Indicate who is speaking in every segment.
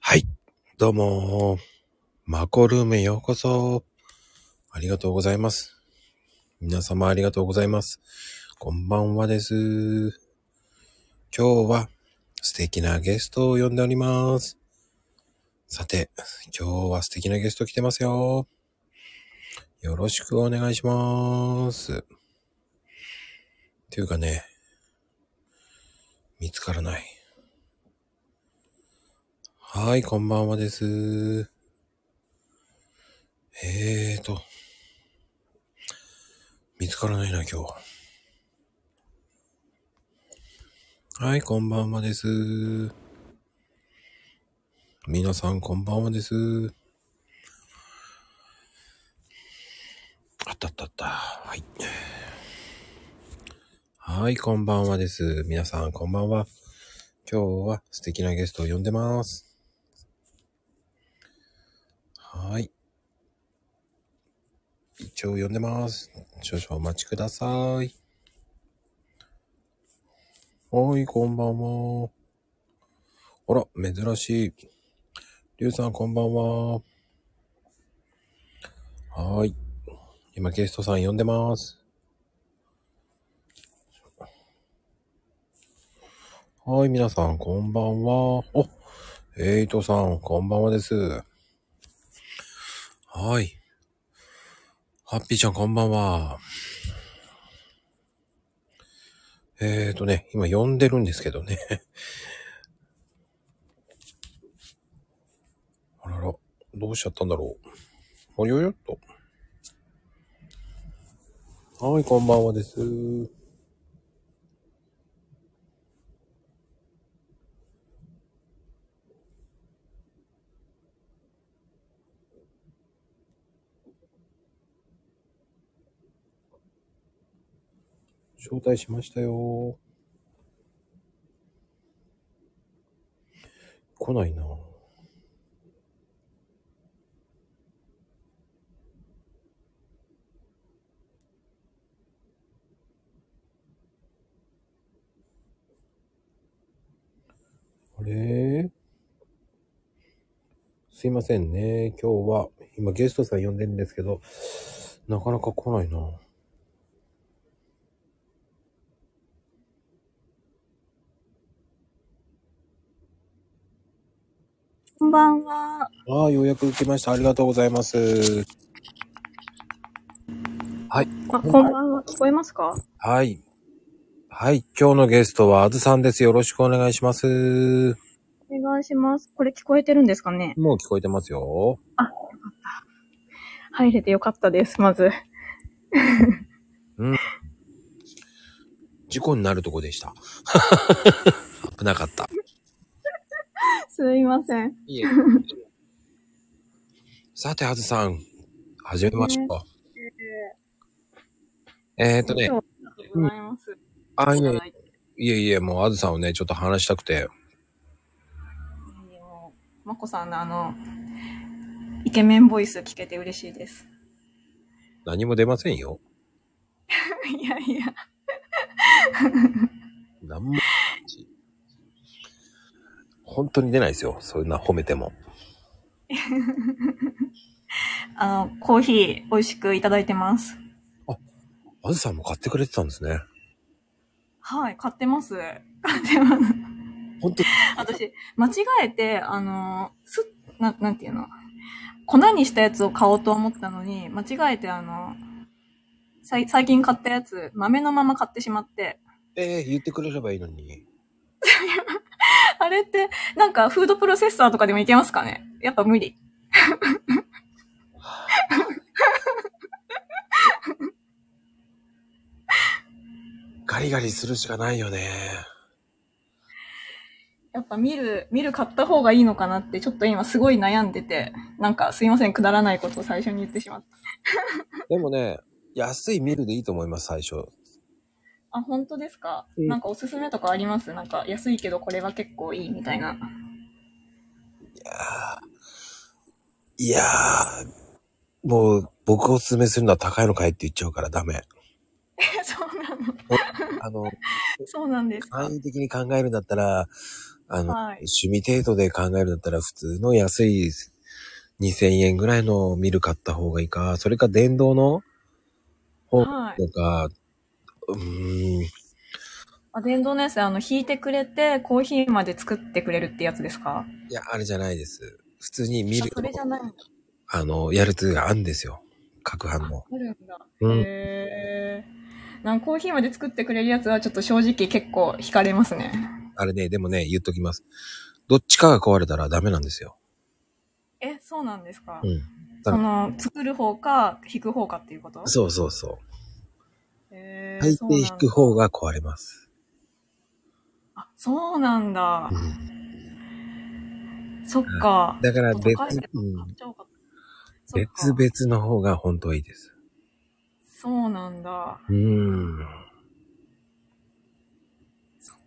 Speaker 1: はい。どうもー。マコルームへようこそ。ありがとうございます。皆様ありがとうございます。こんばんはです。今日は素敵なゲストを呼んでおります。さて、今日は素敵なゲスト来てますよ。よろしくお願いします。ていうかね、見つからない。はい、こんばんはです。えーと。見つからないな、今日。はい、こんばんはです。皆さん、こんばんはです。あったあったあった。はい。はい、こんばんはです。皆さん、こんばんは。今日は素敵なゲストを呼んでます。はい。一応呼んでます。少々お待ちください。はい、こんばんは。あら、珍しい。りゅうさん、こんばんは。はーい。今、ゲストさん呼んでます。はーい、皆さん、こんばんは。お、エイトさん、こんばんはです。はーい。ハッピーちゃん、こんばんは。えーとね、今呼んでるんですけどね。 あらら、どうしちゃったんだろう。およよっと。はい、こんばんはです。招待しましたよ。来ないな。あれすいませんね。今日は、今ゲストさん呼んでるんですけど、なかなか来ないな。
Speaker 2: こんばんは。
Speaker 1: ああ、ようやく来ました。ありがとうございます。はい。
Speaker 2: あ、こんばんは。聞こえますか
Speaker 1: はい。はい。今日のゲストはあずさんです。よろしくお願いします。
Speaker 2: お願いします。これ聞こえてるんですかね
Speaker 1: もう聞こえてますよ。
Speaker 2: 入れてよかったです、まず。
Speaker 1: 事故になるとこでした。 危なかった。
Speaker 2: すいません。
Speaker 1: いえ。さて、あずさん。始めましょう。えーっとね、
Speaker 2: 今日ありがとうございます。
Speaker 1: あ、いえ
Speaker 2: いや
Speaker 1: い
Speaker 2: い
Speaker 1: えいえいえ、もうあずさんをね、ちょっと話したくて。
Speaker 2: やもうまこさんのあの、イケメンボイス聞けて嬉しいです。
Speaker 1: 何も出ませんよ。
Speaker 2: いやいや。
Speaker 1: 何も。本当に出ないですよ。そんな褒めても。
Speaker 2: あの、コーヒー美味しくいただいてます。
Speaker 1: あずさんも買ってくれてたんですね。
Speaker 2: はい、買ってます。買ってます。
Speaker 1: 本当に。
Speaker 2: 私、間違えて、あの、す、な、なんていうの粉にしたやつを買おうと思ったのに、間違えてあの、さい最近買ったやつ、豆のまま買ってしまって。
Speaker 1: ええ言ってくれればいいのに。
Speaker 2: あれって、なんかフードプロセッサーとかでもいけますかねやっぱ無理。
Speaker 1: ガリガリするしかないよね。
Speaker 2: やっぱ見る、見る買った方がいいのかなって、ちょっと今すごい悩んでて、なんかすいません、くだらないことを最初に言ってしまった。
Speaker 1: でもね、安いミルでいいと思います、最初。
Speaker 2: あ、本当ですか、
Speaker 1: うん
Speaker 2: なんかおすすめとかありますなんか安いけどこれは結構いいみたいな。
Speaker 1: いやー、もう僕おすすめするのは高いの買えって言っちゃうからダメ。
Speaker 2: そうなの。
Speaker 1: あの、
Speaker 2: そうなんですか
Speaker 1: 簡易的に考えるんだったら、あの、
Speaker 2: はい。
Speaker 1: 趣味程度で考えるんだったら普通の安い2000円ぐらいのミル買った方がいいか、それか電動の本
Speaker 2: はい。
Speaker 1: とか、うーん、
Speaker 2: あ、電動のやつ、あの、引いてくれて、コーヒーまで作ってくれるってやつですか
Speaker 1: いや、あれじゃないです。普通にミ
Speaker 2: あ
Speaker 1: ル、
Speaker 2: それじゃないんだ。
Speaker 1: あの、やるつがあるんですよ。各版の。
Speaker 2: あるんだ。
Speaker 1: うん
Speaker 2: へー。なんかコーヒーまで作ってくれるやつはちょっと正直結構惹かれますね。
Speaker 1: あれね、でもね、言っときます。どっちかが壊れたらダメなんですよ。
Speaker 2: え、そうなんですか、
Speaker 1: うん。
Speaker 2: その、作る方か、引く方かっていうこと
Speaker 1: そうそうそ
Speaker 2: へ
Speaker 1: う。
Speaker 2: ー
Speaker 1: 大
Speaker 2: そうなん
Speaker 1: 抵
Speaker 2: だ
Speaker 1: 引く方が壊れます。
Speaker 2: あ、そうなんだ
Speaker 1: う。ん。
Speaker 2: そっか。
Speaker 1: だから別、
Speaker 2: 高いけど
Speaker 1: うん
Speaker 2: 買っちゃおうかそっか
Speaker 1: 別々の方が本当いいです。
Speaker 2: そうなんだ。
Speaker 1: うーん。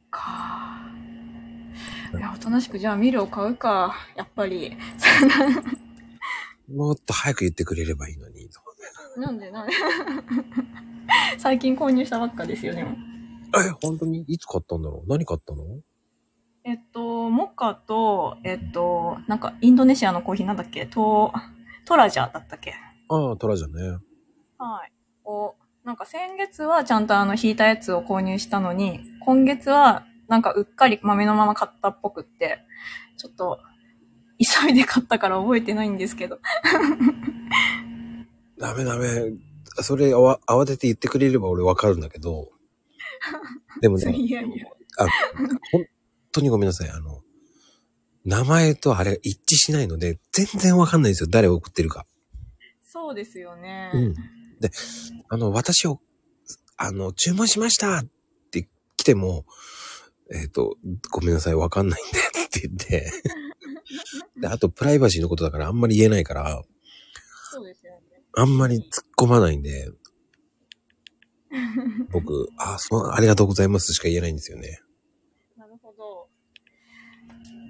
Speaker 2: かいや、おとなしくじゃあミルを買うか。やっぱり。
Speaker 1: もっと早く言ってくれればいいのに。
Speaker 2: なんでなんで最近購入したばっかですよ、でも。
Speaker 1: え、本当にいつ買ったんだろう何買ったの
Speaker 2: えっと、モカと、えっと、なんかインドネシアのコーヒーなんだっけト、トラジャだったっけ
Speaker 1: ああ、トラじゃね。
Speaker 2: はい。を、なんか先月はちゃんとあの、引いたやつを購入したのに、今月はなんかうっかり豆のまま買ったっぽくって、ちょっと、急いで買ったから覚えてないんですけど。
Speaker 1: ダメダメ。それあわ慌てて言ってくれれば俺わかるんだけど。でもね、
Speaker 2: いやいや。
Speaker 1: あ、本当にごめんなさい。あの、名前とあれが一致しないので、全然わかんないんですよ。誰を送ってるか。
Speaker 2: そうですよね。
Speaker 1: うん。で、あの、私を、あの、注文しましたって来ても、えっ、と、ごめんなさい、わかんないんでって言って。で、あと、プライバシーのことだからあんまり言えないから、
Speaker 2: そうですよね。
Speaker 1: あんまり突っ込まないんで、僕、あ、そう、ありがとうございますしか言えないんですよね。
Speaker 2: なるほど。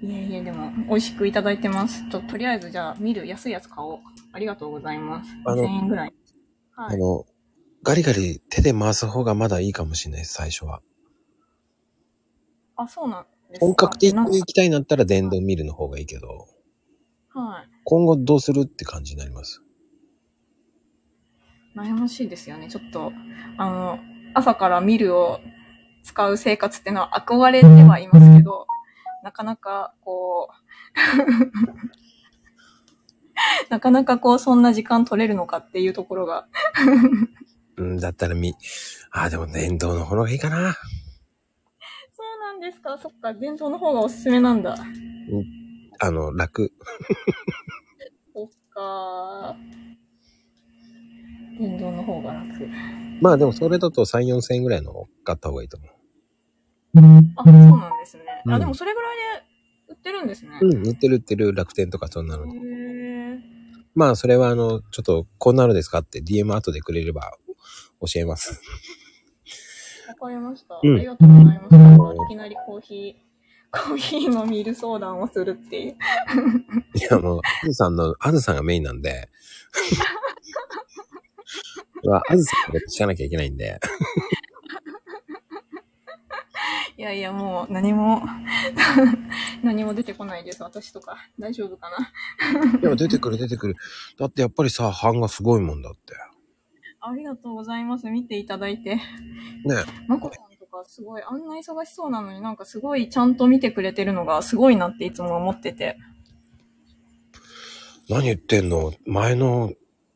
Speaker 2: いえいえ、でも、美味しくいただいてます。と、とりあえず、じゃあ、見る安いやつ買おう。ありがとうございます。
Speaker 1: あの
Speaker 2: 1000円ぐらい。は
Speaker 1: あ
Speaker 2: い。
Speaker 1: の、ガリガリ手で回す方がまだいいかもしれないです、最初は。
Speaker 2: あ、そうなんですか
Speaker 1: 本格的
Speaker 2: なんか
Speaker 1: に行きたいんだったら電動ミルの方がいいけど、
Speaker 2: はい。
Speaker 1: 今後どうするって感じになります。
Speaker 2: 悩ましいですよね。ちょっと、あの、朝からミルを使う生活ってのは憧れてはいますけど、なかなか、こう、 なかなかこう、そんな時間取れるのかっていうところが、
Speaker 1: うん、だったらみ、あ、でも電動の方がいいかな。
Speaker 2: そうなんですか。そっか、伝統の方がおすすめなんだ。
Speaker 1: あの、楽。
Speaker 2: そっか。電動の方が楽。
Speaker 1: まあでもそれだと3、4千円ぐらいの買った方がいいと思
Speaker 2: あ、そうなんですね。
Speaker 1: うん
Speaker 2: あ、でもそれぐらいで売ってるんですね。
Speaker 1: う。うん、売ってる売ってる楽天とかそんなの。
Speaker 2: へー
Speaker 1: まあそれはあの、ちょっとこんなのですかって DM 後でくれれば教えます。
Speaker 2: わかりました。
Speaker 1: うん
Speaker 2: ありがとうございます。いきなりコーヒー、コーヒーのミル相談をするっていう。
Speaker 1: いやもう、あずさんの、あずさんがメインなんで。 まあ、あずさんのこと聞かなきゃいけないんで。
Speaker 2: いやいや、もう何も、 何も出てこないです。私とか。大丈夫かな。
Speaker 1: いや、出てくる出てくる。だってやっぱりさ、版がすごいもんだって。
Speaker 2: ありがとうございます。見ていただいて。
Speaker 1: ね
Speaker 2: まこさんとかすごい、あんな忙しそうなのになんかすごいちゃんと見てくれてるのがすごいなっていつも思ってて。
Speaker 1: 何言ってんの前の、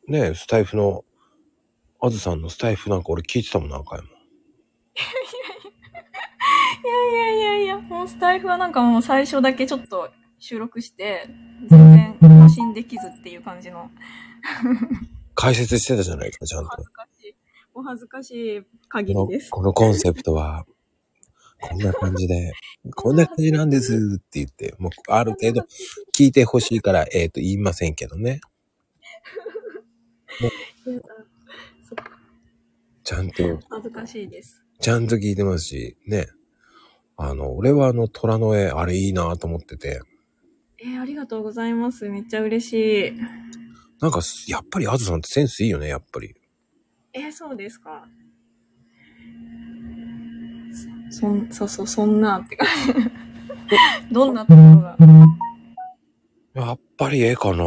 Speaker 1: ねスタイフの、あずさんのスタイフなんか俺聞いてたもん、何回も。
Speaker 2: いやいやいや、もうスタイフはなんかもう最初だけちょっと収録して、全然更新できずっていう感じの。
Speaker 1: 解説してたじゃないか、ちゃん
Speaker 2: お
Speaker 1: と。
Speaker 2: 恥ずかしい、お恥ずかしい限り
Speaker 1: この
Speaker 2: です。
Speaker 1: このコンセプトは、こんな感じで、こんな感じなんですって言って、もうある程度聞いてほしいから、えっ、と、言いませんけどね。ちゃんと、
Speaker 2: 恥ずかしいです。
Speaker 1: ちゃんと聞いてますし、ね。あの、俺はあの、虎の絵、あれいいなと思ってて、
Speaker 2: えーありがとうございます。めっちゃ嬉しい。
Speaker 1: なんかす、やっぱりあずさんってセンスいいよね、やっぱり。
Speaker 2: えーそうですか。そそん、そうそう、そんなって感じ。 どんなところが。
Speaker 1: やっぱり絵かな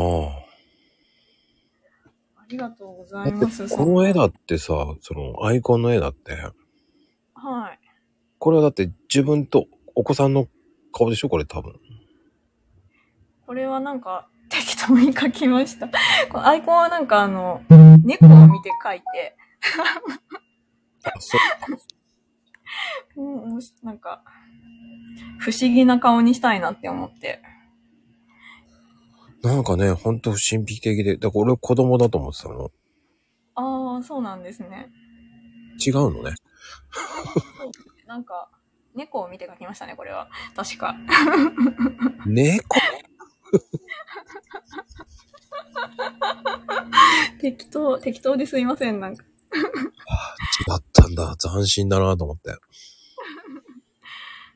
Speaker 2: ありがとうござ
Speaker 1: だ
Speaker 2: いま
Speaker 1: っ
Speaker 2: す。
Speaker 1: てこの絵だってさ、そのアイコンの絵だって、
Speaker 2: はい。
Speaker 1: これはだって自分とお子さんの顔でしょこれ多分。
Speaker 2: これはなんか、適当に書きました。 このアイコンはなんかあの、猫を見て書いて、
Speaker 1: あ、そう。
Speaker 2: うんおもしなんか、不思議な顔にしたいなって思って。
Speaker 1: なんかね、ほんと神秘的で、だから俺子供だと思ってたの。
Speaker 2: ああ、そうなんですね。
Speaker 1: 違うのね。
Speaker 2: なんか、猫を見て書きましたね、これは。確か。
Speaker 1: 猫
Speaker 2: 適当、適当ですいません、なんか。
Speaker 1: だったんだ。斬新だなと思って。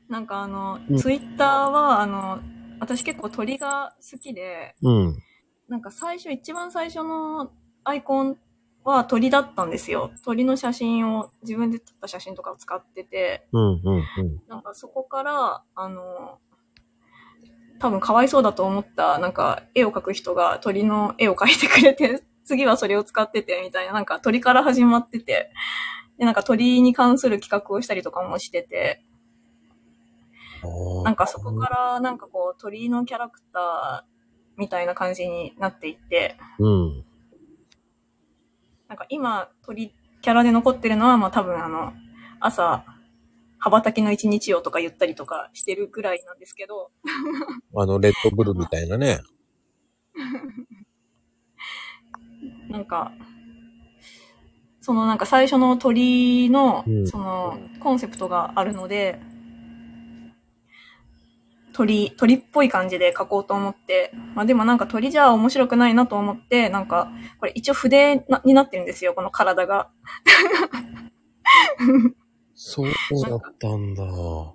Speaker 2: なんかあの
Speaker 1: うん、
Speaker 2: ツイッターは、あの、私結構鳥が好きで、
Speaker 1: うん。
Speaker 2: なんか最初、一番最初のアイコンは鳥だったんですよ。鳥の写真を、自分で撮った写真とかを使ってて、
Speaker 1: うんうんうん。
Speaker 2: なんかそこから、あの、多分かわいそうだと思った、なんか絵を描く人が鳥の絵を描いてくれて、 次はそれを使ってて、みたいな、なんか鳥から始まってて、で、なんか鳥に関する企画をしたりとかもしてて、
Speaker 1: あー
Speaker 2: なんかそこからなんかこう鳥のキャラクターみたいな感じになっていって、
Speaker 1: うん。
Speaker 2: なんか今鳥キャラで残ってるのはまあ多分あの朝羽ばたきの一日をとか言ったりとかしてるぐらいなんですけど、
Speaker 1: あの、レッドブルみたいなね。
Speaker 2: なんか、そのなんか最初の鳥の
Speaker 1: うん
Speaker 2: そのコンセプトがあるので、鳥、鳥っぽい感じで描こうと思って、まあでもなんか鳥じゃ面白くないなと思って、なんか、これ一応筆なになってるんですよ、この体が。
Speaker 1: そうだったんだ。う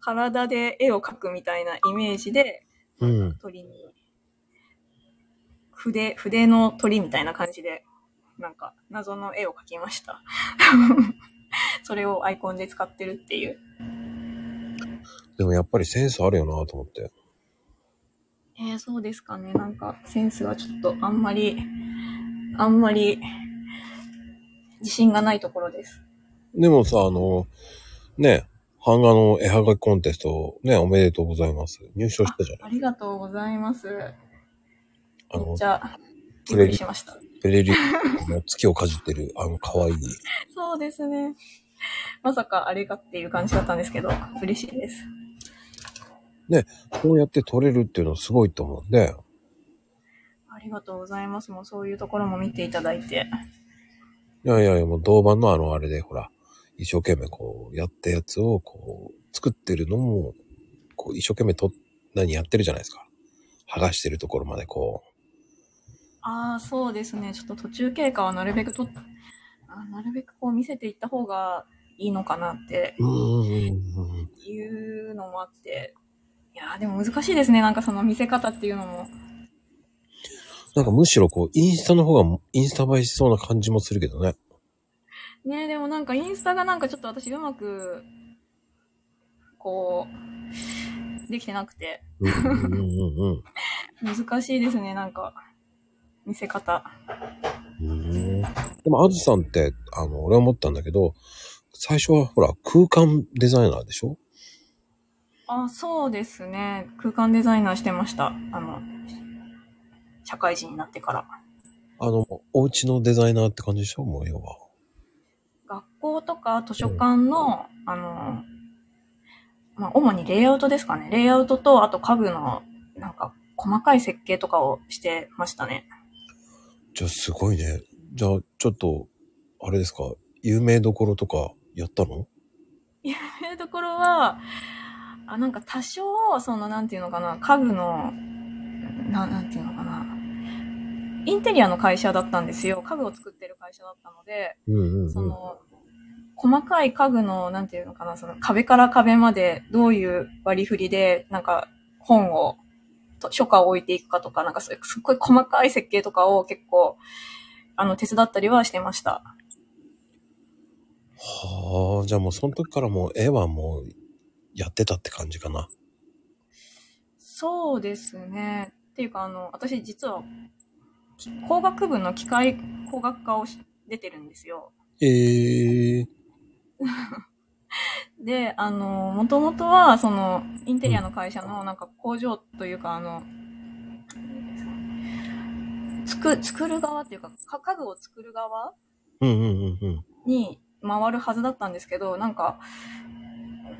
Speaker 2: 体で絵を描くみたいなイメージで、
Speaker 1: ん。
Speaker 2: 鳥に、筆、筆の鳥みたいな感じで、なんか謎の絵を描きました。 それをアイコンで使ってるっていう。
Speaker 1: でもやっぱりセンスあるよなと思って。
Speaker 2: えー、そうですかね。なんか、センスがちょっと、あんまり、あんまり、自信がないところです。
Speaker 1: でもさ、あの、ね、版画の絵はがきコンテスト、ね、おめでとうございます。入賞したじゃない
Speaker 2: ありがとうございます。
Speaker 1: あ
Speaker 2: め
Speaker 1: の
Speaker 2: っち、ゃ、
Speaker 1: プ
Speaker 2: びっ
Speaker 1: レ
Speaker 2: く
Speaker 1: ビ
Speaker 2: り
Speaker 1: ュ
Speaker 2: しました。
Speaker 1: プレリューの月をかじってる、あの、可愛い
Speaker 2: そうですね。まさか、あれかっていう感じだったんですけど、嬉しいです。
Speaker 1: こうやって撮れるっていうのすごいと思うんで、
Speaker 2: ありがとうございます。もうそういうところも見ていただいて。
Speaker 1: いやいやいや、もう銅板のあのあれで、ほら、一生懸命こう、やったやつをこう、作ってるのも、こう、一生懸命と、何やってるじゃないですか。剥がしてるところまでこ
Speaker 2: ああ、そうですね。ちょっと途中経過はなるべくとっ、あなるべくこう見せていった方がいいのかなって
Speaker 1: う。うーん。
Speaker 2: いうのもあって、いやーでも難しいですね、なんかその見せ方っていうのも。
Speaker 1: なんかむしろこう、インスタの方が、インスタ映えしそうな感じもするけどね。
Speaker 2: ねでもなんかインスタがなんかちょっと私うまく、こう、できてなくて、
Speaker 1: うんうんうんうん。
Speaker 2: 難しいですね、なんか、見せ方。
Speaker 1: でも、あずさんって、あの、俺は思ったんだけど、最初はほら、空間デザイナーでしょ
Speaker 2: あ、そうですね。空間デザイナーしてました。あの、社会人になってから。
Speaker 1: あの、お家のデザイナーって感じでしょもう要は。
Speaker 2: 学校とか図書館の、あの、まあ、主にレイアウトですかね。レイアウトと、あと家具の、なんか、細かい設計とかをしてましたね。
Speaker 1: じゃあ、すごいね。じゃあ、ちょっと、あれですか、有名どころとかやったの
Speaker 2: というところは、あ、なんか多少、その、なんていうのかな、家具の、ななんていうのかな、インテリアの会社だったんですよ。家具を作ってる会社だったので、
Speaker 1: うんうん
Speaker 2: そ
Speaker 1: うん。
Speaker 2: の、細かい家具の、なんていうのかな、その壁から壁までどういう割り振りで、なんか本を、と書家を置いていくかとか、なんかそういうすっごい細かい設計とかを結構、あの、手伝ったりはしてました。
Speaker 1: はあ、じゃあもうその時からもう絵はもうやってたって感じかな。
Speaker 2: そうですね。っていうか、あの、私実は、き工学部の機械工学科をし出てるんですよ。
Speaker 1: ええ
Speaker 2: で、あの、もともとは、その、インテリアの会社の、なんか工場というか、あの、作、作る側っていうか、か家具を作る側
Speaker 1: うんうんうんうん。
Speaker 2: に回るはずだったんですけど、なんか、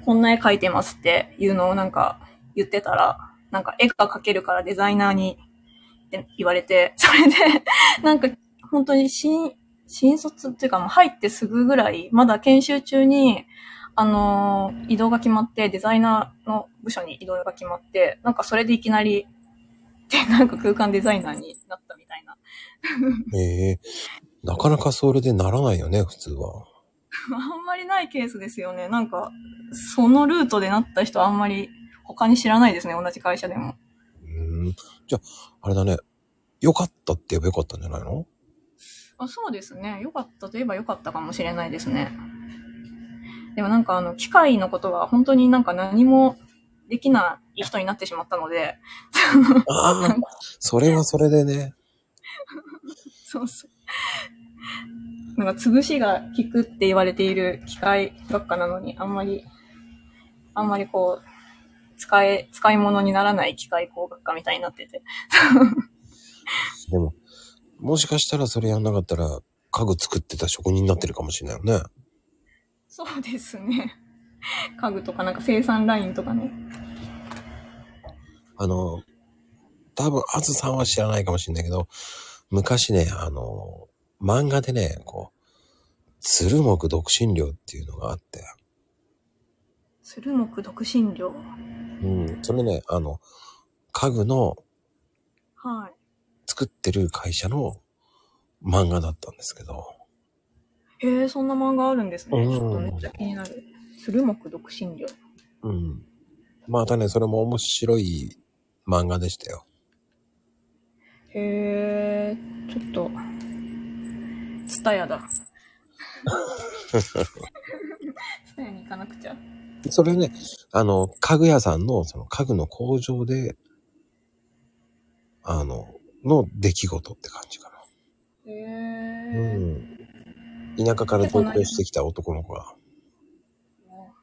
Speaker 2: こんな絵描いてますっていうのをなんか言ってたら、なんか絵が描けるからデザイナーにって言われて、 それで、なんか本当に新、新卒っていうかもう入ってすぐぐらい、まだ研修中に、あのー移動が決まって、デザイナーの部署に移動が決まって、なんかそれでいきなり、で、なんか空間デザイナーになったみたいな。
Speaker 1: ええなかなかそれでならないよね、普通は。
Speaker 2: あんまりないケースですよね。なんか、そのルートでなった人はあんまり他に知らないですね、同じ会社でも。
Speaker 1: うーん。じゃあ、あれだね。よかったって言えばよかったんじゃないの
Speaker 2: あそうですね。良かったといえば良かったかもしれないですね。でもなんかあの、機械のことは本当になんか何もできない人になってしまったので、
Speaker 1: ああ、それはそれでね。
Speaker 2: そうそう。なんか、潰しが効くって言われている機械学科なのに、あんまり、あんまりこう、使え、使い物にならない機械工学科みたいになってて。
Speaker 1: でも、もしかしたらそれやんなかったら、家具作ってた職人になってるかもしれないよね。
Speaker 2: そうですね。 家具とかなんか生産ラインとかね。
Speaker 1: あの、多分、あずさんは知らないかもしれないけど、昔ね、あの、漫画でね、こう、鶴木独身寮っていうのがあって、
Speaker 2: 鶴木独身寮。
Speaker 1: うん、それね、あの、家具の
Speaker 2: はい。
Speaker 1: 作ってる会社の漫画だったんですけど、
Speaker 2: へえ、そんな漫画あるんですね。
Speaker 1: うん
Speaker 2: ちょっとめっちゃ気になる。鶴木独身寮。
Speaker 1: うん。またね、それも面白い漫画でしたよ。
Speaker 2: へえ、ちょっと、ツタ ヤだ。ツタヤに行かなくちゃ。
Speaker 1: それね、あの、家具屋さんの、その家具の工場で、あの、の出来事って感じか
Speaker 2: へ
Speaker 1: な。う
Speaker 2: え、
Speaker 1: ん。田舎から東京してきた男の子が、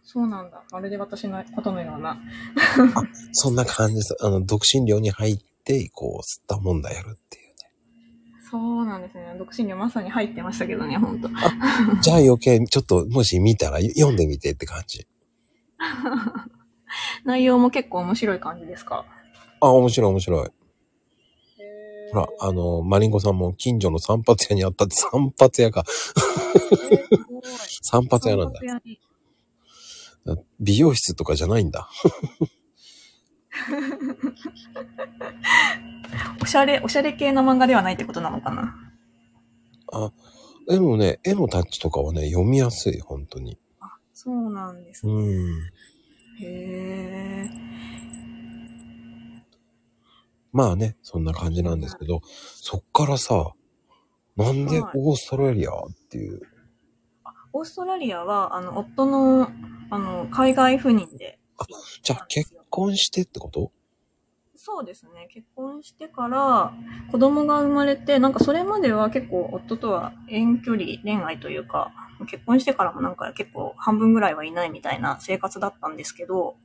Speaker 2: そうなんだ。まるで私のことのような。
Speaker 1: そんな感じです。あの、独身寮に入って、こう、吸ったもんだやるって いう
Speaker 2: そうなんですね。独身寮まさに入ってましたけどね、ほんと。
Speaker 1: ね。じゃあ余計、ちょっと、もし見たら、読んでみてって感じ。
Speaker 2: 内容も結構面白い感じで すか。
Speaker 1: あ、面白い面白い。
Speaker 2: へー
Speaker 1: ほら、あの、マリンコさんも近所の散髪屋にあったって、 散髪屋か。
Speaker 2: えーすごい。
Speaker 1: 散髪屋なんだ。
Speaker 2: 散髪屋に
Speaker 1: 美容室とかじゃないんだ。
Speaker 2: おしゃれ、おしゃれ系の漫画ではないってことなのかな。
Speaker 1: あ、でもね、絵のタッチとかはね、読みやすい、本当に。
Speaker 2: そうなんですね。
Speaker 1: うん。
Speaker 2: へえ。
Speaker 1: まあね、そんな感じなんですけど、そっからさ、なんで
Speaker 2: はい
Speaker 1: オーストラリアっていう。
Speaker 2: オーストラリアは、あの、夫の、あの、海外赴任で。
Speaker 1: じゃあ、結婚してってこと
Speaker 2: そうですね。結婚してから、子供が生まれて、なんかそれまでは結構夫とは遠距離恋愛というか、結婚してからもなんか結構半分ぐらいはいないみたいな生活だったんですけど、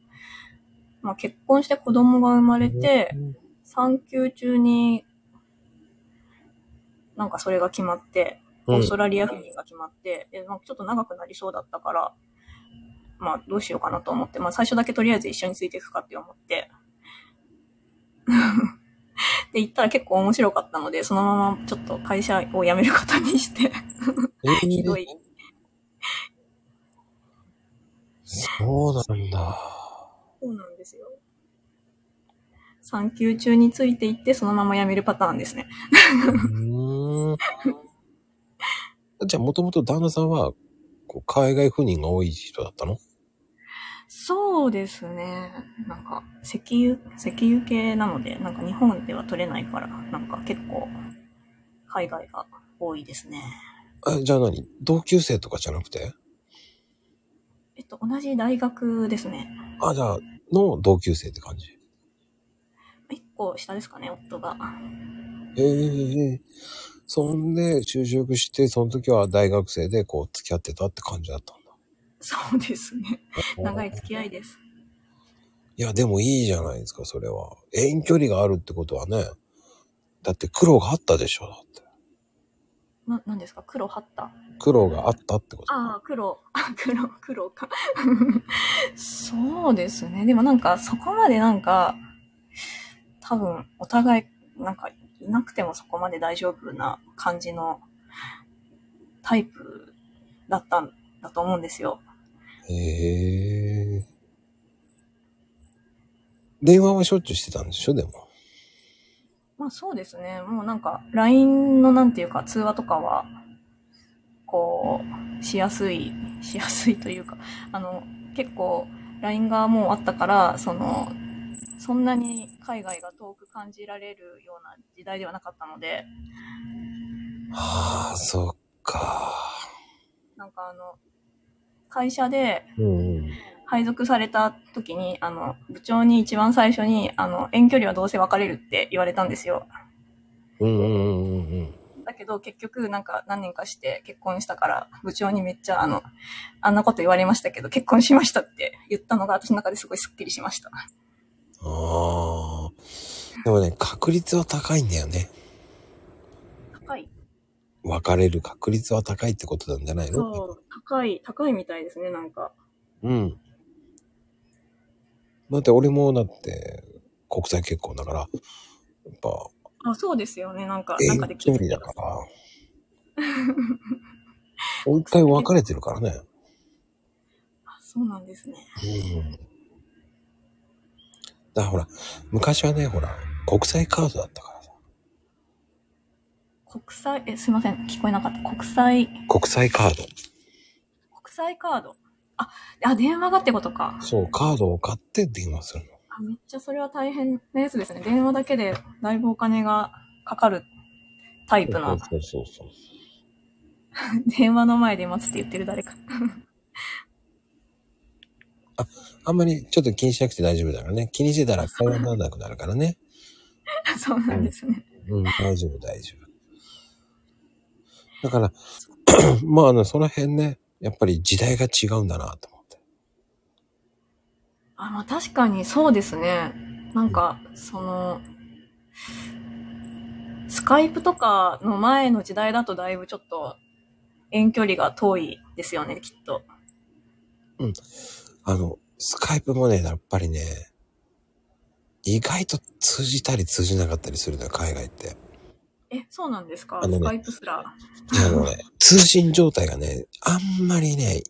Speaker 2: まあ結婚して子供が生まれて、
Speaker 1: うん
Speaker 2: 産休中に、なんかそれが決まって、
Speaker 1: うん
Speaker 2: オーストラリア赴任が決まって、でなんかちょっと長くなりそうだったから、まあどうしようかなと思って、まあ最初だけとりあえず一緒についていくかって思って、 で、行ったら結構面白かったので、そのままちょっと会社を辞めることにして、
Speaker 1: えー
Speaker 2: ひどい。
Speaker 1: そうなんだ。
Speaker 2: そうなんですよ。産休中について行って、そのまま辞めるパターンですね。
Speaker 1: うーん。じゃあ、もともと旦那さんは、こう海外赴任が多い人だったの
Speaker 2: そうですね。なんか、石油、石油系なので、なんか日本では取れないから、なんか結構、海外が多いですね。
Speaker 1: え、じゃあ何同級生とかじゃなくて
Speaker 2: えっと、同じ大学ですね。
Speaker 1: あ、じゃあ、の同級生って感じ。
Speaker 2: 個下ですかね、夫が。
Speaker 1: ええええそんで、就職して、その時は大学生でこう付き合ってたって感じだったんだ。
Speaker 2: そうですね。長い付き合いです。
Speaker 1: いや、でもいいじゃないですか、それは。遠距離があるってことはね。だって苦労があったでしょ、だって。
Speaker 2: な、なんですか黒はった。
Speaker 1: 苦労があったってこと。
Speaker 2: ああ、黒。あ、黒、黒か。そうですね。でもなんか、そこまでなんか、多分、お互い、なんか、いなくてもそこまで大丈夫な感じのタイプだったんだと思うんですよ。
Speaker 1: へえ電話はしょっちゅうしてたんでしょ、でも。
Speaker 2: まあそうですね。もうなんか、LINE のなんていうか、通話とかは、こう、しやすい、 しやすいというか、あの、結構、LINE がもうあったから、その、そんなに海外が遠く感じられるような時代ではなかったので、
Speaker 1: はあ、そっか。
Speaker 2: なんかあの、会社で
Speaker 1: うんうん。
Speaker 2: 配属された時に、あの、部長に一番最初に、あの、遠距離はどうせ別れるって言われたんですよ。
Speaker 1: うんうんうんうんうん。
Speaker 2: だけど結局なんか何年かして結婚したから部長にめっちゃあの、あんなこと言われましたけど結婚しましたって言ったのが私の中ですごいスッキリしました。
Speaker 1: ああ。でもね、確率は高いんだよね。
Speaker 2: 高い
Speaker 1: 別れる確率は高いってことなんじゃないの
Speaker 2: そう、高い、高いみたいですねなんか。
Speaker 1: うん。だって俺もだって国際結婚だから、やっぱ
Speaker 2: あ、そうですよねなんか、なんかで
Speaker 1: 遠距
Speaker 2: 聞い
Speaker 1: 離
Speaker 2: て
Speaker 1: だから。 もう一回別れてるからね。
Speaker 2: あ、そうなんですね。
Speaker 1: うん。だからほら、昔はね、ほら、国際カードだったからさ。
Speaker 2: 国際、え、すいません、聞こえなかった。国際、国
Speaker 1: 国際カード。
Speaker 2: 際カード。あ、あ、電話がってことか。
Speaker 1: そう、カードを買って電話するの。
Speaker 2: あ、めっちゃそれは大変なやつですね。電話だけでだいぶお金がかかるタイプな
Speaker 1: そうそうそうそう。
Speaker 2: 電話の前で待つって言ってる誰か。
Speaker 1: あんまりちょっと気にしなくて大丈夫だからね。気にしてたら会話にならなくなるからね。
Speaker 2: そうなんですね。
Speaker 1: うん、大丈夫、大丈夫。だから、 まあ、あの、その辺ね、やっぱり時代が違うんだなと思って。
Speaker 2: あ、まあ確かにそうですね。なんか、その、スカイプとかの前の時代だとだいぶちょっと遠距離が遠いですよね、きっと。
Speaker 1: あの、スカイプもね、やっぱりね、意外と通じたり通じなかったりするのよ、海外って。
Speaker 2: え、そうなんですか
Speaker 1: あのね
Speaker 2: スカイプすら
Speaker 1: あのね、通信状態がね、あんまりね、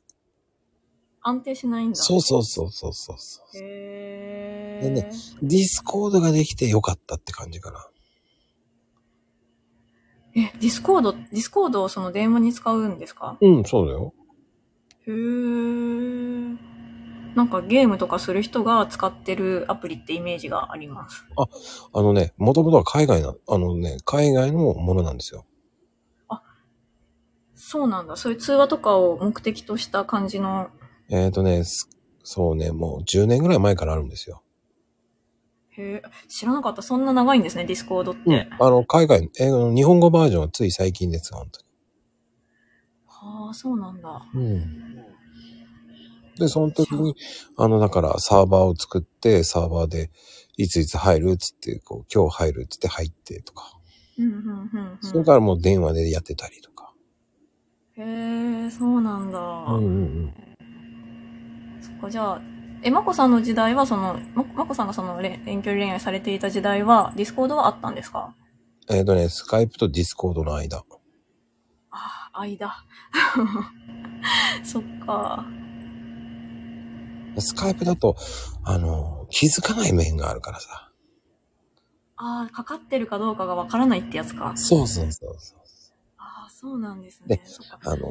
Speaker 2: 安定しないんだ。
Speaker 1: そうそうそうそうそうそう。
Speaker 2: へ
Speaker 1: で
Speaker 2: ー。
Speaker 1: ねディスコードができてよかったって感じかな。
Speaker 2: え、ディスコード、ディスコードをその電話に使うんですか
Speaker 1: うん、そうだよ。
Speaker 2: へー。なんかゲームとかする人が使ってるアプリってイメージがあります。
Speaker 1: あのね、もともとは海外な、あのね、海外のものなんですよ。
Speaker 2: そうなんだ。そういう通話とかを目的とした感じの。
Speaker 1: えっ、ー、とね、すそうね、もう10年ぐらい前からあるんですよ。
Speaker 2: へー知らなかった。そんな長いんですね、ディスコードって。は
Speaker 1: あの、海外、英語の日本語バージョンはつい最近です、本
Speaker 2: あ、そうなんだ。
Speaker 1: 当に。うん。で、その時に、あの、だからサーバーを作って、サーバーで、いついつ入るっつって、こう、今日入るっつって入ってとか。
Speaker 2: うん、うん、うん。
Speaker 1: それ
Speaker 2: か。
Speaker 1: からもう電話でやってたりとか。
Speaker 2: へーそうなんだ。
Speaker 1: うん
Speaker 2: そっか、じゃあ、え、まこさんの時代は、その、ま、まこさんがそのれ遠距離恋愛されていた時代は、ディスコードはあったんですか
Speaker 1: えっ、ー、とね、スカイプとディスコードの間。
Speaker 2: ああ、間。 そっか。
Speaker 1: スカイプだと、あの、気づかない面があるからさ。
Speaker 2: ああ、かかってるかどうかがわからないってやつか。
Speaker 1: そうそうそうそう。
Speaker 2: ああ、そうなんですね。
Speaker 1: で
Speaker 2: そっか。
Speaker 1: あの、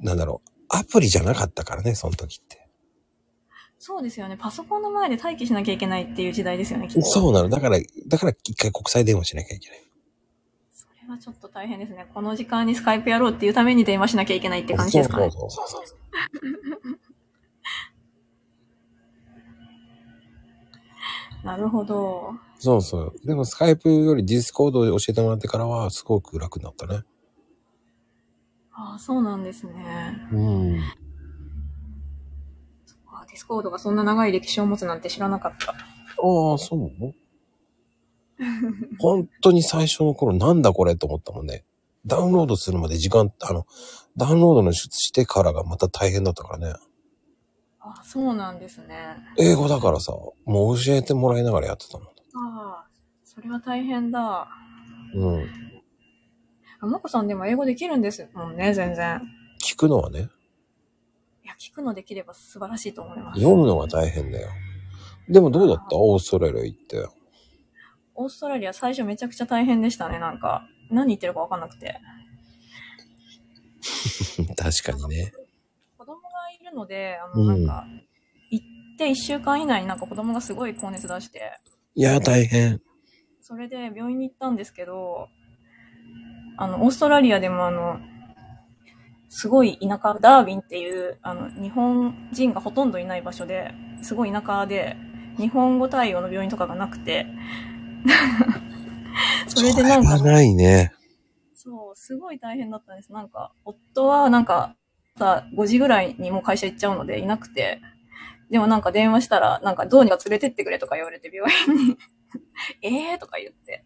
Speaker 1: なんだろう、アプリじゃなかったからね、その時って。
Speaker 2: そうですよね。パソコンの前で待機しなきゃいけないっていう時代ですよね、きっと。
Speaker 1: そうなの。だから、だから一回国際電話しなきゃいけない。
Speaker 2: それはちょっと大変ですね。この時間にスカイプやろうっていうために電話しなきゃいけないって感じですかね。
Speaker 1: そうそうそうそう。
Speaker 2: なるほど。
Speaker 1: そうそう。でもスカイプよりディスコードで教えてもらってからはすごく楽になったね。
Speaker 2: ああ、そうなんですね。
Speaker 1: うん。
Speaker 2: あディスコードがそんな長い歴史を持つなんて知らなかった。
Speaker 1: ああ、そうな の本当に最初の頃なんだこれと思ったもんね。ダウンロードするまで時間、あの、ダウンロードのししてからがまた大変だったからね。
Speaker 2: ああ、そうなんですね。
Speaker 1: 英語だからさ、もう教えてもらいながらやってたの。
Speaker 2: ああ、それは大変だ。
Speaker 1: うん。
Speaker 2: あ、もこさんでも英語できるんですもんね、全然。
Speaker 1: 聞くのはね、
Speaker 2: いや、聞くのできれば素晴らしいと思います。
Speaker 1: 読むのが大変だよ。でもどうだったオーストラリア行って。
Speaker 2: オーストラリア最初めちゃくちゃ大変でしたね、なんか。何言ってるかわかんなくて。
Speaker 1: 確かにね。
Speaker 2: 子供がいるので、あ
Speaker 1: う
Speaker 2: の、なんんか、行って1週間以内になんか子供がすごい高熱出して、
Speaker 1: いや、大変。
Speaker 2: それで病院に行ったんですけど、あの、オーストラリアでもあの、すごい田舎、ダーウィンっていう、あの、日本人がほとんどいない場所で、すごい田舎で、日本語対応の病院とかがなくて、 それでなんか
Speaker 1: そ、れはないね。
Speaker 2: そう、すごい大変だったんです。なんか、夫はなんか、朝5時ぐらいにもう会社行っちゃうのでいなくて、でもなんか電話したら、なんかどうにか連れてってくれとか言われて病院に、 えーとか言って、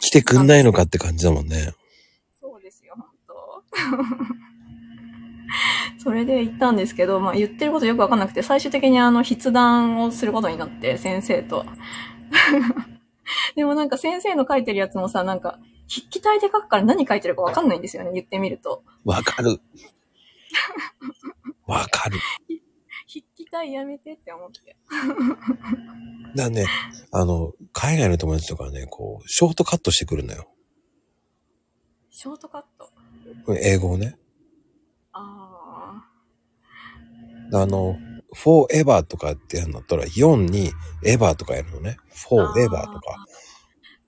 Speaker 1: 来てくんないのかって感じだもんね。
Speaker 2: そうですよ、本当 それで行ったんですけど、まあ言ってることよくわかんなくて、最終的にあの筆談をすることになって、先生と。 でもなんか先生の書いてるやつもさ、なんか筆記体で書くから何書いてるかわかんないんですよね、言ってみると。
Speaker 1: わか る。わかる。
Speaker 2: 筆記体やめてって思って。
Speaker 1: だからね、あの、海外の友達とかはね、こう、ショートカットしてくるのよ。
Speaker 2: ショートカット。
Speaker 1: 英語をね。
Speaker 2: ああ。
Speaker 1: あの、forever とかってやるんだったら、4に ever とかやるのね。forever とか。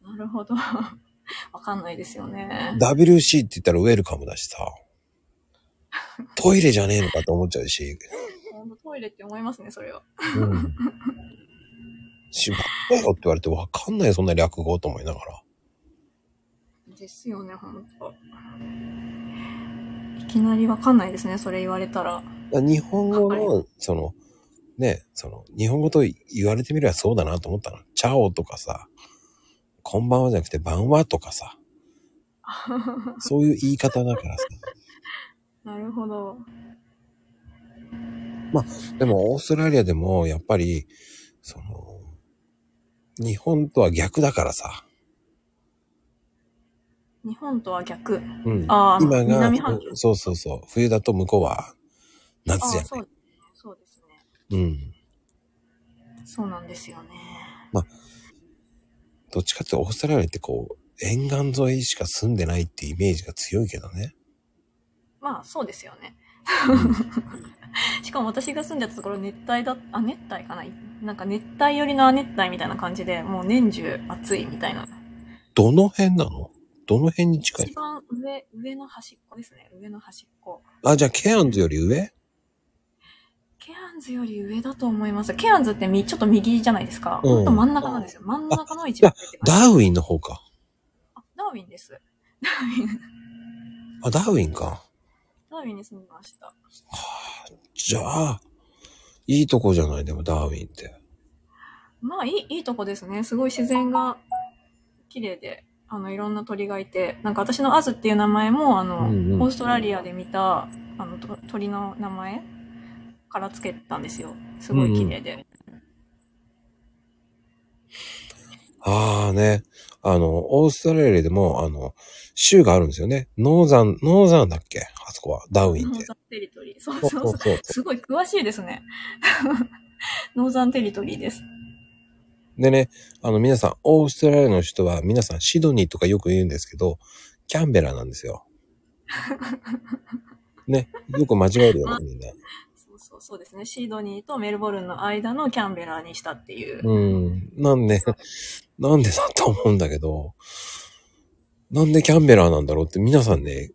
Speaker 2: なるほど。 わかんないですよね。
Speaker 1: WC って言ったらウェルカムだしさ。トイレじゃねえのかと思っちゃうし。
Speaker 2: ほんとトイレって思いますね、それは。
Speaker 1: うん。しまったよって言われて、わかんないよ、そんな略語と思いながら。
Speaker 2: ですよね、ほんと。いきなりわかんないですね、それ言われたら。
Speaker 1: だから日本語の、その、ね、その、日本語と言われてみればそうだなと思ったの。チャオとかさ、こんばんはじゃなくて、ばんはとか さ、そういう言い方だからさ。
Speaker 2: なるほど。
Speaker 1: でも、オーストラリアでも、やっぱり、その、日本とは逆だからさ。
Speaker 2: 日本とは逆。
Speaker 1: うん。
Speaker 2: あー
Speaker 1: 今が
Speaker 2: 南半、球
Speaker 1: そうそうそう、冬だと向こうは、
Speaker 2: ああ
Speaker 1: 夏じゃん。
Speaker 2: そうですね。そうです
Speaker 1: うん。
Speaker 2: ね。そうなんですよね。
Speaker 1: どっちかっていうと、オーストラリアってこう、沿岸沿いしか住んでないってイメージが強いけどね。
Speaker 2: まあ、そうですよね。しかも私が住んでたところ熱帯だ、あ、熱帯かななんか熱帯寄りの亜熱帯みたいな感じで、もう年中暑いみたいな。
Speaker 1: どの辺なのどの辺に近
Speaker 2: 一
Speaker 1: い
Speaker 2: 番上、上の端っこですね。上の端っこ。
Speaker 1: あ、じゃあ、ケアンズより上
Speaker 2: ケアンズより上だと思います。ケアンズってみ、ちょっと右じゃないですか。
Speaker 1: うん
Speaker 2: ほんと真ん中なんですよ。真ん中の一番上って感じ。
Speaker 1: ダーウィンの方か。
Speaker 2: あダーウィンです。ダーウィン、
Speaker 1: あ、ダーウィンか。
Speaker 2: ダーウィンに住みました。
Speaker 1: じゃあ、いいとこじゃない、でもダーウィンって。
Speaker 2: まあ、いい、いいとこですね。すごい自然が綺麗で、あの、いろんな鳥がいて、なんか私のアズっていう名前も、あの、
Speaker 1: うんうん
Speaker 2: オーストラリアで見た、あの、と鳥の名前からつけたんですよ。すごい綺麗で。
Speaker 1: ああね。あの、オーストラリアでも、あの、州があるんですよね。ノーザン、ノーザンだっけあそこは、ダーウィンっ
Speaker 2: ノ
Speaker 1: て
Speaker 2: ー。ザンテリトリー。そう
Speaker 1: そう
Speaker 2: そう
Speaker 1: そ
Speaker 2: そうう。
Speaker 1: そう。
Speaker 2: すごい詳しいですね。 ノーザンテリトリーです。
Speaker 1: でね、あの皆さん、オーストラリアの人は皆さんシドニーとかよく言うんですけど、キャンベラなんです よ。ね、よく間違えるよね、みんな。
Speaker 2: そうそうそうですね。シドニーとメルボルンの間のキャンベラにしたっていう。
Speaker 1: うん。なんで、なんでだと思うんだけど、なんでキャンベラなんだろうって皆さんね、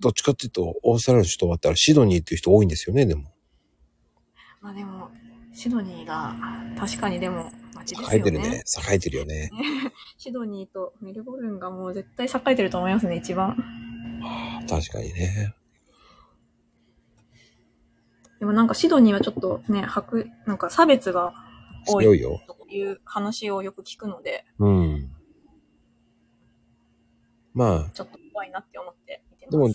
Speaker 1: どっちかっていうと、オーストラリアの人はってあれシドニーっていう人多いんですよね、でも。
Speaker 2: まあでも、シドニーが、確かにでも、街ですよね。
Speaker 1: 栄えてるね。栄えてるよね。
Speaker 2: シドニーとメルボルンがもう絶対栄えてると思いますね、一番。
Speaker 1: 確かにね。
Speaker 2: でもなんかシドニーはちょっとね、白、なんか差別が多
Speaker 1: 強
Speaker 2: い
Speaker 1: いよ。
Speaker 2: という話をよく聞くので、
Speaker 1: うん。まあ、
Speaker 2: ちょっと怖いなって思って見てます。
Speaker 1: でも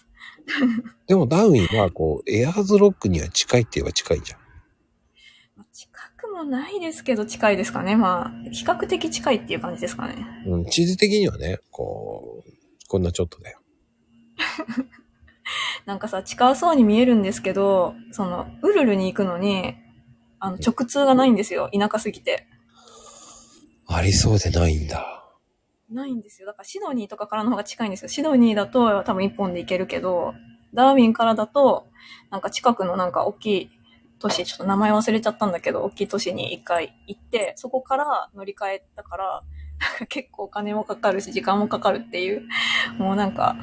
Speaker 1: でもダウンはこう、エアーズロックには近いって言えば近いじゃん。
Speaker 2: まあ近くもないですけど近いですかね。まあ、比較的近いっていう感じですかね。
Speaker 1: うん、地図的にはね、こう、こんなちょっとだよ。
Speaker 2: なんかさ、近そうに見えるんですけど、その、ウルルに行くのに、あの、直通がないんですよ。田舎すぎて。
Speaker 1: ありそうでないんだ。
Speaker 2: ないんですよ。だからシドニーとかからの方が近いんですよ。シドニーだと多分一本で行けるけど、ダーウィンからだと、なんか近くのなんか大きい都市、ちょっと名前忘れちゃったんだけど、大きい都市に一回行って、そこから乗り換えたから、なんか結構お金もかかるし、時間もかかるっていう、もうなんか、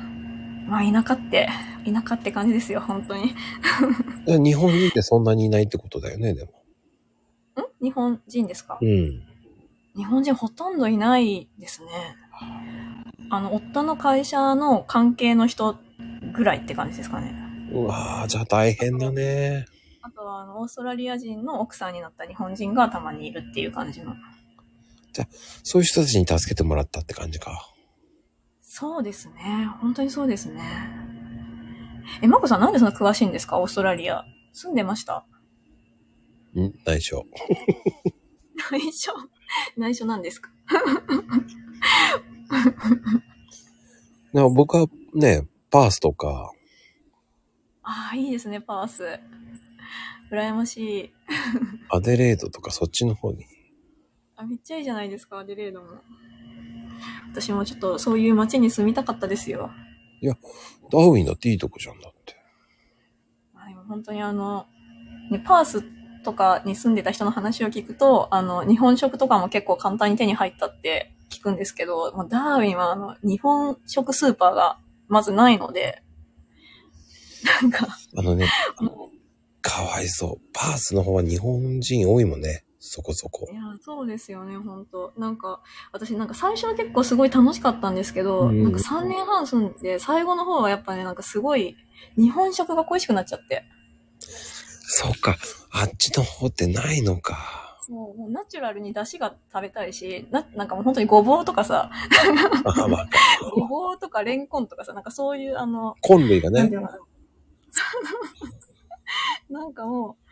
Speaker 2: まあ田舎って、田舎って感じですよ、本当に。ん
Speaker 1: で日本人ってそんなにいないってことだよね、でも。
Speaker 2: 日本人ですか
Speaker 1: うん。
Speaker 2: 日本人ほとんどいないですね。あの、夫の会社の関係の人ぐらいって感じですかね。
Speaker 1: うわぁ、じゃあ大変だね。
Speaker 2: あとは、あの、オーストラリア人の奥さんになった日本人がたまにいるっていう感じの。
Speaker 1: そういう人たちに助けてもらったって感じか。
Speaker 2: そうですね。本当にそうですね。え、マコさんなんでそんな詳しいんですかオーストラリア。住んでました。
Speaker 1: ん内緒。
Speaker 2: 内緒。内緒なんですか
Speaker 1: でも僕はね、パースとか、
Speaker 2: ああ、いいですね、パース。羨ましい。
Speaker 1: アデレードとかそっちの方に。
Speaker 2: あ、めっちゃいいじゃないですか、アデレードも。私もちょっとそういう街に住みたかったですよ。
Speaker 1: ダーウィンだっていいとこじゃんだって。
Speaker 2: まあでも本当にあの、ね、パースとかに住んでた人の話を聞くと、あの、日本食とかも結構簡単に手に入ったって聞くんですけど、まあ、ダーウィンはあの、日本食スーパーがまずないので、なんか、
Speaker 1: あのね、
Speaker 2: も
Speaker 1: かわいそう。パースの方は日本人多いもんね。そこそうこ
Speaker 2: い。や、そうですよね、本当なんか、私なんか最初は結構すごい楽しかったんですけど、
Speaker 1: うん
Speaker 2: なんか3年半住んで、最後の方はやっぱね、なんかすごい、日本食が恋しくなっちゃって。
Speaker 1: そうか。あっちの方ってないのか。
Speaker 2: もう、もうナチュラルに出汁が食べたいし、な、なんかもう本当にごぼうとか さ、
Speaker 1: あ、わかるわ。
Speaker 2: ごぼうとかレンコンとかさ、なんかそういう、あの、
Speaker 1: 昆類が
Speaker 2: なん
Speaker 1: ね
Speaker 2: てい。うのかななんかもう、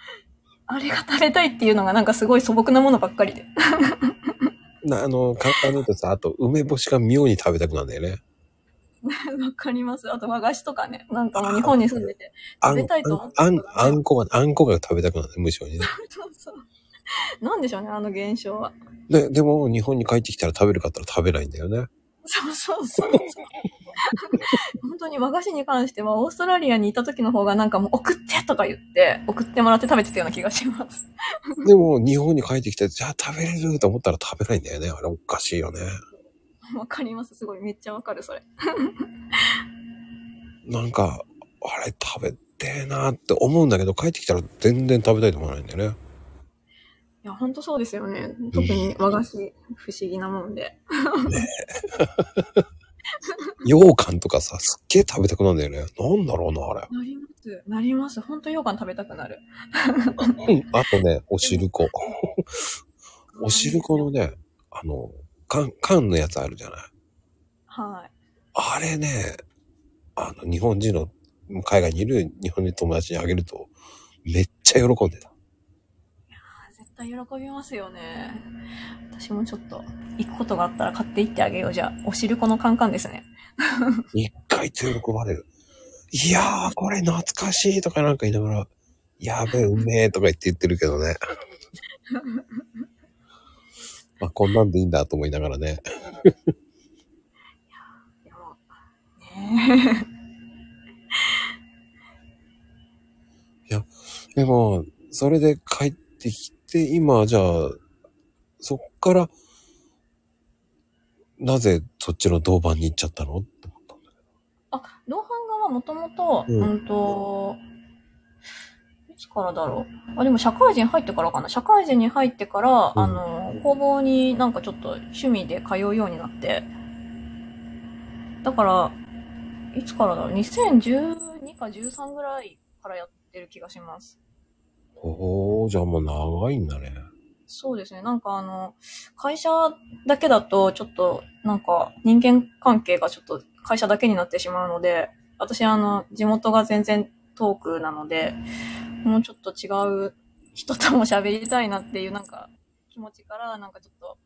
Speaker 2: あれが食べたいっていうのがなんかすごい素朴なものばっかりで。
Speaker 1: なあの、簡単に言うとさ、あと梅干しが妙に食べたくなるんだよね。
Speaker 2: わかります。あと和菓子とかね。なんかもう日本に住んでて。
Speaker 1: あん、
Speaker 2: 食べたいと思ってた
Speaker 1: あ
Speaker 2: ん
Speaker 1: ん
Speaker 2: だ、
Speaker 1: あんこが、あんこが食べたくなるね、無性にね。
Speaker 2: そうそう。なんでしょうね、あの現象は。
Speaker 1: で、でも日本に帰ってきたら食べるかったら食べないんだよね。
Speaker 2: そうそうそう。 本当に和菓子に関しては、オーストラリアにいた時の方がなんかもう送ってとか言って、送ってもらって食べてたような気がします。
Speaker 1: でも日本に帰ってきたら、じゃあ食べれると思ったら食べないんだよね。あれおかしいよね。
Speaker 2: わかります。すごい。めっちゃわかる、それ。
Speaker 1: なんか、あれ食べてえなって思うんだけど、帰ってきたら全然食べたいと思わないんだよね。
Speaker 2: いや、ほんとそうですよね。特に和菓子、不思議なもんで。
Speaker 1: 羊羹とかさ、すっげえ食べたくなるんだよね。なんだろうな、あ
Speaker 2: なります。なります。ほんと羊羹食べたくなる。
Speaker 1: れ。うんあとね、おしるこ。おしるこのね、あの、缶、缶のやつあるじゃない。
Speaker 2: はい。
Speaker 1: あれね、あの、日本人の、海外にいる日本人友達にあげると、めっちゃ喜んでた。
Speaker 2: あ絶対喜びますよね。私もちょっと、行くことがあったら買って行ってあげよう。じゃあ、おしるこのカンカンですね。
Speaker 1: 一回って喜ばれる。いやー、これ懐かしいとかなんか言いながら、やべえ、うめえとか言って言ってるけど ね。まあ、こんなんでいいんだと思いながらね。
Speaker 2: でも ね
Speaker 1: でも、それで帰ってきて、今、じゃあ、そっから、なぜそっちの銅板に行っちゃったのって思ったんだ
Speaker 2: え。あ、同伴側はもともと、
Speaker 1: うん
Speaker 2: うんと、つからだろう。あ、でも社会人入ってからかな。社会人に入ってから、
Speaker 1: うん
Speaker 2: あの、工房になんかちょっと趣味で通うようになって。だから、いつからだろう。2012か13ぐらいからやってる気がします。
Speaker 1: おおじゃあもう長いんだね。
Speaker 2: そうですね。なんかあの、会社だけだと、ちょっと、なんか、人間関係がちょっと会社だけになってしまうので、私あの、地元が全然遠くなので、もうちょっと違う人とも喋りたいなっていう、なんか、気持ちから、なんかちょっと、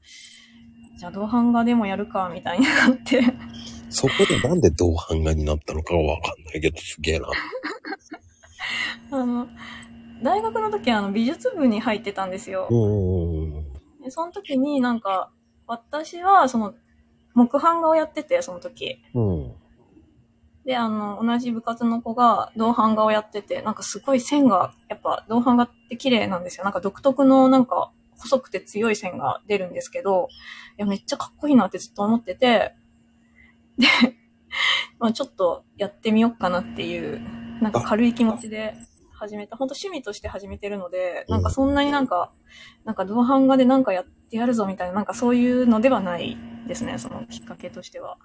Speaker 2: じゃあ同伴がでもやるか、みたいになって。
Speaker 1: そこでなんで同伴がになったのかはわかんないけど、すげえな。
Speaker 2: あの、大学の時あの、美術部に入ってたんですよ
Speaker 1: う。んうんうん。
Speaker 2: でその時になんか、私はその、木版画をやってて、その時。
Speaker 1: うん。
Speaker 2: で、あの、同じ部活の子が銅版画をやってて、なんかすごい線が、やっぱ銅版画って綺麗なんですよ。なんか独特のなんか細くて強い線が出るんですけど、いや、めっちゃかっこいいなってずっと思ってて、で、 まあちょっとやってみようかなっていう、なんか軽い気持ちで始めた。本当趣味として始めてるので、なんかそんなになんか、なんか銅版画でなんかやってやるぞみたいな、なんかそういうのではないですね、そのきっかけとしては。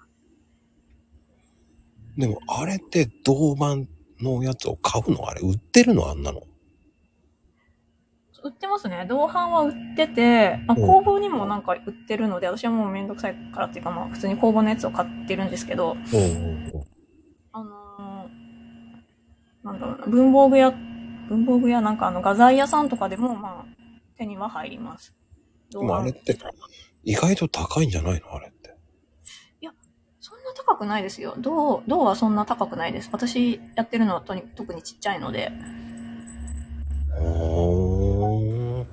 Speaker 1: でも、あれって銅板のやつを買うのあれ売ってるのあんなの。
Speaker 2: 売ってますね。同伴は売ってて、まあ、
Speaker 1: うん
Speaker 2: 工房にもなんか売ってるので、私はもうめんどくさいからっていうか、まあ普通に工房のやつを買ってるんですけど、
Speaker 1: うんうんうん。
Speaker 2: あのーなんだろうな、文房具屋、文房具屋なんかあの画材屋さんとかでも、まあ、手には入ります。
Speaker 1: で
Speaker 2: 銅
Speaker 1: もあれっ
Speaker 2: 版
Speaker 1: て、意外と高いんじゃないのあれって。
Speaker 2: そんな高くないですよ。銅、銅はそんな高くないです。私やってるのはとに特にちっちゃいので。
Speaker 1: ほーん。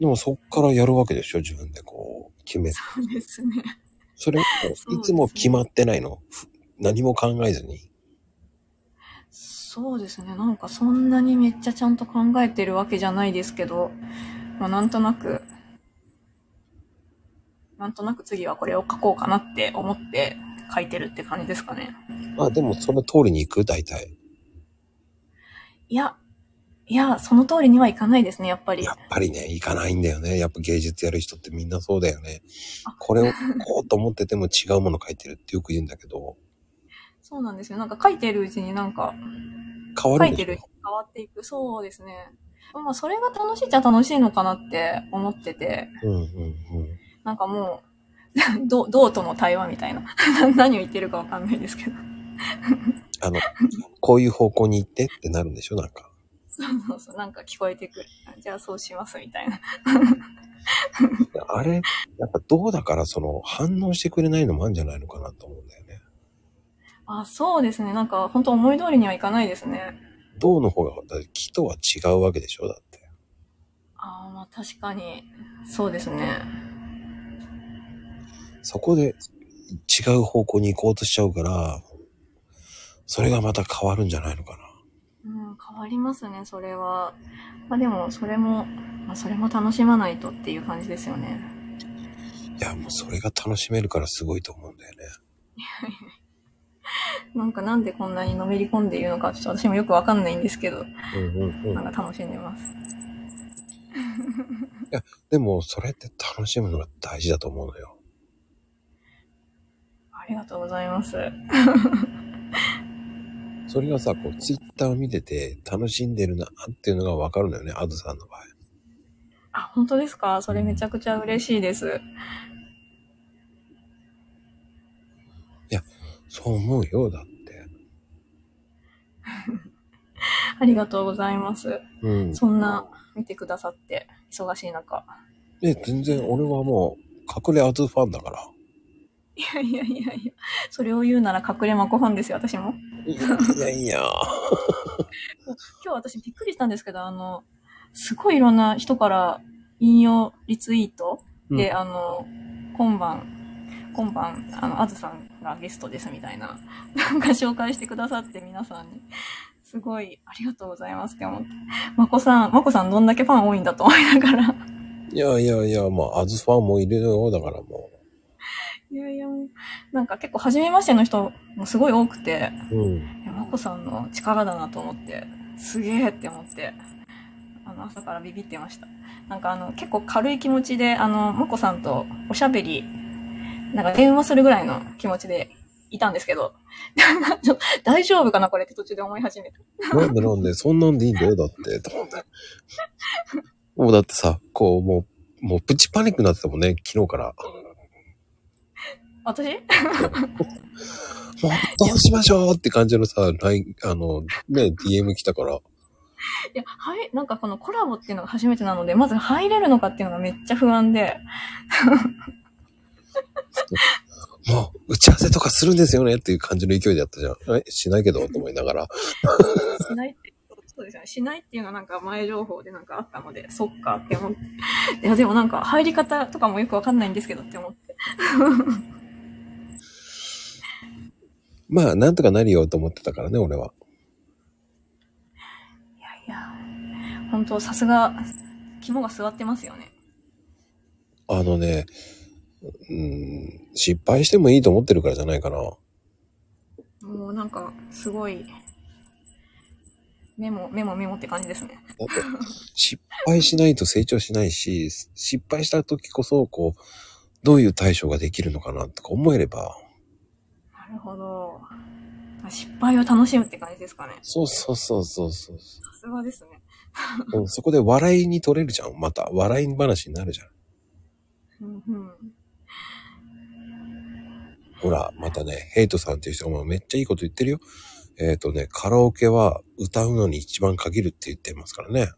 Speaker 1: でもそっからやるわけでしょ自分でこう、決めて
Speaker 2: そうですね。
Speaker 1: それも
Speaker 2: そう
Speaker 1: いつも決まってないの。ふ何も考えずに。
Speaker 2: そうですね。なんかそんなにめっちゃちゃんと考えてるわけじゃないですけど、まあなんとなく、なんとなく次はこれを書こうかなって思って書いてるって感じですかね。
Speaker 1: あ、でもその通りに行く大体。
Speaker 2: いや、いや、その通りにはいかないですね、やっぱり
Speaker 1: や。っぱりね、行かないんだよね。やっぱ芸術やる人ってみんなそうだよね。これをこうと思ってても違うもの書いてるってよく言うんだけど、
Speaker 2: そうなんですよ。なんか書いてるうちになんか、
Speaker 1: 変わ
Speaker 2: 書
Speaker 1: る
Speaker 2: い
Speaker 1: んでしょ
Speaker 2: てるうちに変わっていく。そうですね。まあそれが楽しいっちゃ楽しいのかなって思ってて、
Speaker 1: うんうんうん。
Speaker 2: なんかもう、 どう、どうとの対話みたいな。 何を言ってるかわかんないですけど。
Speaker 1: あの、こういう方向に行ってってなるんでしょなんか。
Speaker 2: そうそうそう、なんか聞こえてくる。あじゃあそうしますみたいな。
Speaker 1: あれ、やっぱどうだからその反応してくれないのもあるんじゃないのかなと思うんだよね。
Speaker 2: あ、そうですね。なんか本当思い通りにはいかないですね。
Speaker 1: どうの方が、だって木とは違うわけでしょだって。
Speaker 2: ああ、まあ確かに。そうですね。
Speaker 1: そこで違う方向に行こうとしちゃうから、それがまた変わるんじゃないのかな。
Speaker 2: うん、変わりますね、それは。まあでも、それも、まあそれも楽しまないとっていう感じですよね。
Speaker 1: いや、もうそれが楽しめるからすごいと思うんだよね。
Speaker 2: なんかなんでこんなにのめり込んでいるのか、ちょっと私もよくわかんないんですけど、
Speaker 1: うんうん
Speaker 2: なんか楽しんでます。
Speaker 1: でも、それって楽しむのが大事だと思うのよ。
Speaker 2: ありがとうございます。
Speaker 1: それがさ、こう、ツイッターを見てて楽しんでるなっていうのがわかるのよね、アドさんの場合。
Speaker 2: あ、本当ですかそれめちゃくちゃ嬉しいです。
Speaker 1: そう思うよ、だって。
Speaker 2: ありがとうございます。
Speaker 1: うん。
Speaker 2: そんな、見てくださって、忙しい中。
Speaker 1: ね、全然俺はもう、隠れアズファンだから。
Speaker 2: いやいやいやいや、それを言うなら隠れマコファンですよ、私も。
Speaker 1: いやいやいや。
Speaker 2: 今日私びっくりしたんですけど、あの、すごいいろんな人から引用リツイートで、
Speaker 1: う
Speaker 2: あの、今晩、今晩、あの、あずさんがゲストですみたいな、なんか紹介してくださって皆さんに、すごいありがとうございますって思って。マコさん、マコさんどんだけファン多いんだと思いながら。
Speaker 1: んいやいやいや、まあ、アズファンもいるよ、だからも
Speaker 2: いやいや、もうなんか結構初めましての人もすごい多くて、
Speaker 1: う。うん。
Speaker 2: いやマコさんの力だなと思って、すげえって思って、あの、朝からビビってました。なんかあの、結構軽い気持ちで、あの、もこさんとおしゃべり、なんか電話するぐらいの気持ちでいたんですけど、 ちょっと大丈夫かなこれって途中で思い始めて。
Speaker 1: なんでなんで、そんなんでいいんだよ、だって、 と思って。もうだってさ、こう、もう、もうプチパニックになってたもんね、昨日から。
Speaker 2: 私
Speaker 1: も う、どうしましょうって感じのさ、LINE、あの、ね、DM 来たから、
Speaker 2: いや、はい、なんかこのコラボっていうのが初めてなので、まず入れるのかっていうのがめっちゃ不安で、
Speaker 1: もう、打ち合わせとかするんですよねっていう感じの勢いでやったじゃん。え、しないけど、と思いながら。
Speaker 2: しないって、そうですよね。しないっていうのはなんか前情報でなんかあったので、そっかって思って。いや、でもなんか入り方とかもよくわかんないんですけどって思って。
Speaker 1: まあ、なんとかなるよと思ってたからね、俺は。
Speaker 2: いやいや、本当さすが、肝が座ってますよね。
Speaker 1: あのね、うん、失敗してもいいと思ってるからじゃないかな。
Speaker 2: もうなんか、すごい、メモ、メモ、メモって感じですね。
Speaker 1: だって、失敗しないと成長しないし、失敗した時こそ、こう、どういう対処ができるのかなとか思えれば、
Speaker 2: なるほど。失敗を楽しむって感じですかね。
Speaker 1: そうそうそうそうそう
Speaker 2: さすがですね。
Speaker 1: うん。そこで笑いに取れるじゃん。また、笑い話になるじゃん。
Speaker 2: うんうん。
Speaker 1: ほら、またね、ヘイトさんっていう人もめっちゃいいこと言ってるよ。えっ、とね、カラオケは歌うのに一番限るって言ってますからね。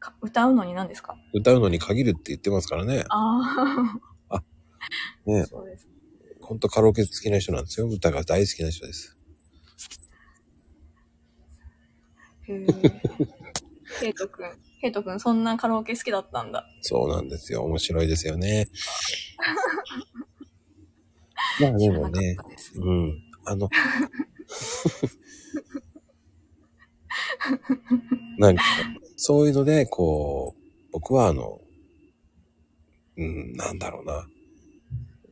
Speaker 2: か歌うのに何ですか
Speaker 1: 歌うのに限るって言ってますからね。
Speaker 2: あ
Speaker 1: ね
Speaker 2: あ、、そうです。
Speaker 1: ほんとカラオケ好きな人なんですよ。歌が大好きな人です。
Speaker 2: へえ。 ヘイトくん、ヘイトくん、そんなカラオケ好きだったんだ。
Speaker 1: そうなんですよ。面白いですよね。まあ
Speaker 2: 知
Speaker 1: で
Speaker 2: ら
Speaker 1: も
Speaker 2: なか
Speaker 1: ね
Speaker 2: っ、たです。
Speaker 1: うん。あの、 なんか、そういうので、こう、僕はあの、うん、なんだろうな。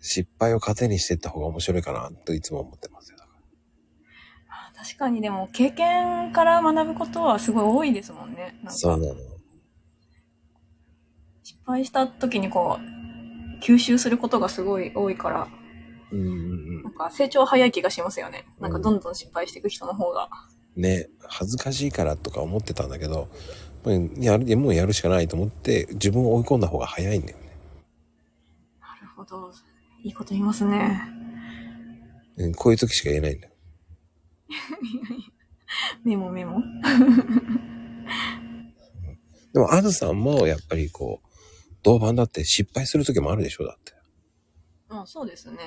Speaker 1: 失敗を糧にしていった方が面白いかな、といつも思ってますよ。
Speaker 2: あ確かにでも、経験から学ぶことはすごい多いですもんね。なん
Speaker 1: そう
Speaker 2: か
Speaker 1: なの。
Speaker 2: 失敗した時にこう、吸収することがすごい多いから、
Speaker 1: うんうん
Speaker 2: なんか成長早い気がしますよね。なんかどんどん失敗していく人の方が。
Speaker 1: うん。ね、恥ずかしいからとか思ってたんだけど、もうやる、もうやるしかないと思って、自分を追い込んだ方が早いんだよね。
Speaker 2: なるほど。いいこと言いますね。
Speaker 1: うんこういう時しか言えないんだよ。
Speaker 2: メモメモ。
Speaker 1: でも、アズさんも、やっぱりこう、銅板だって失敗する時もあるでしょ、だって。
Speaker 2: まあそうですね。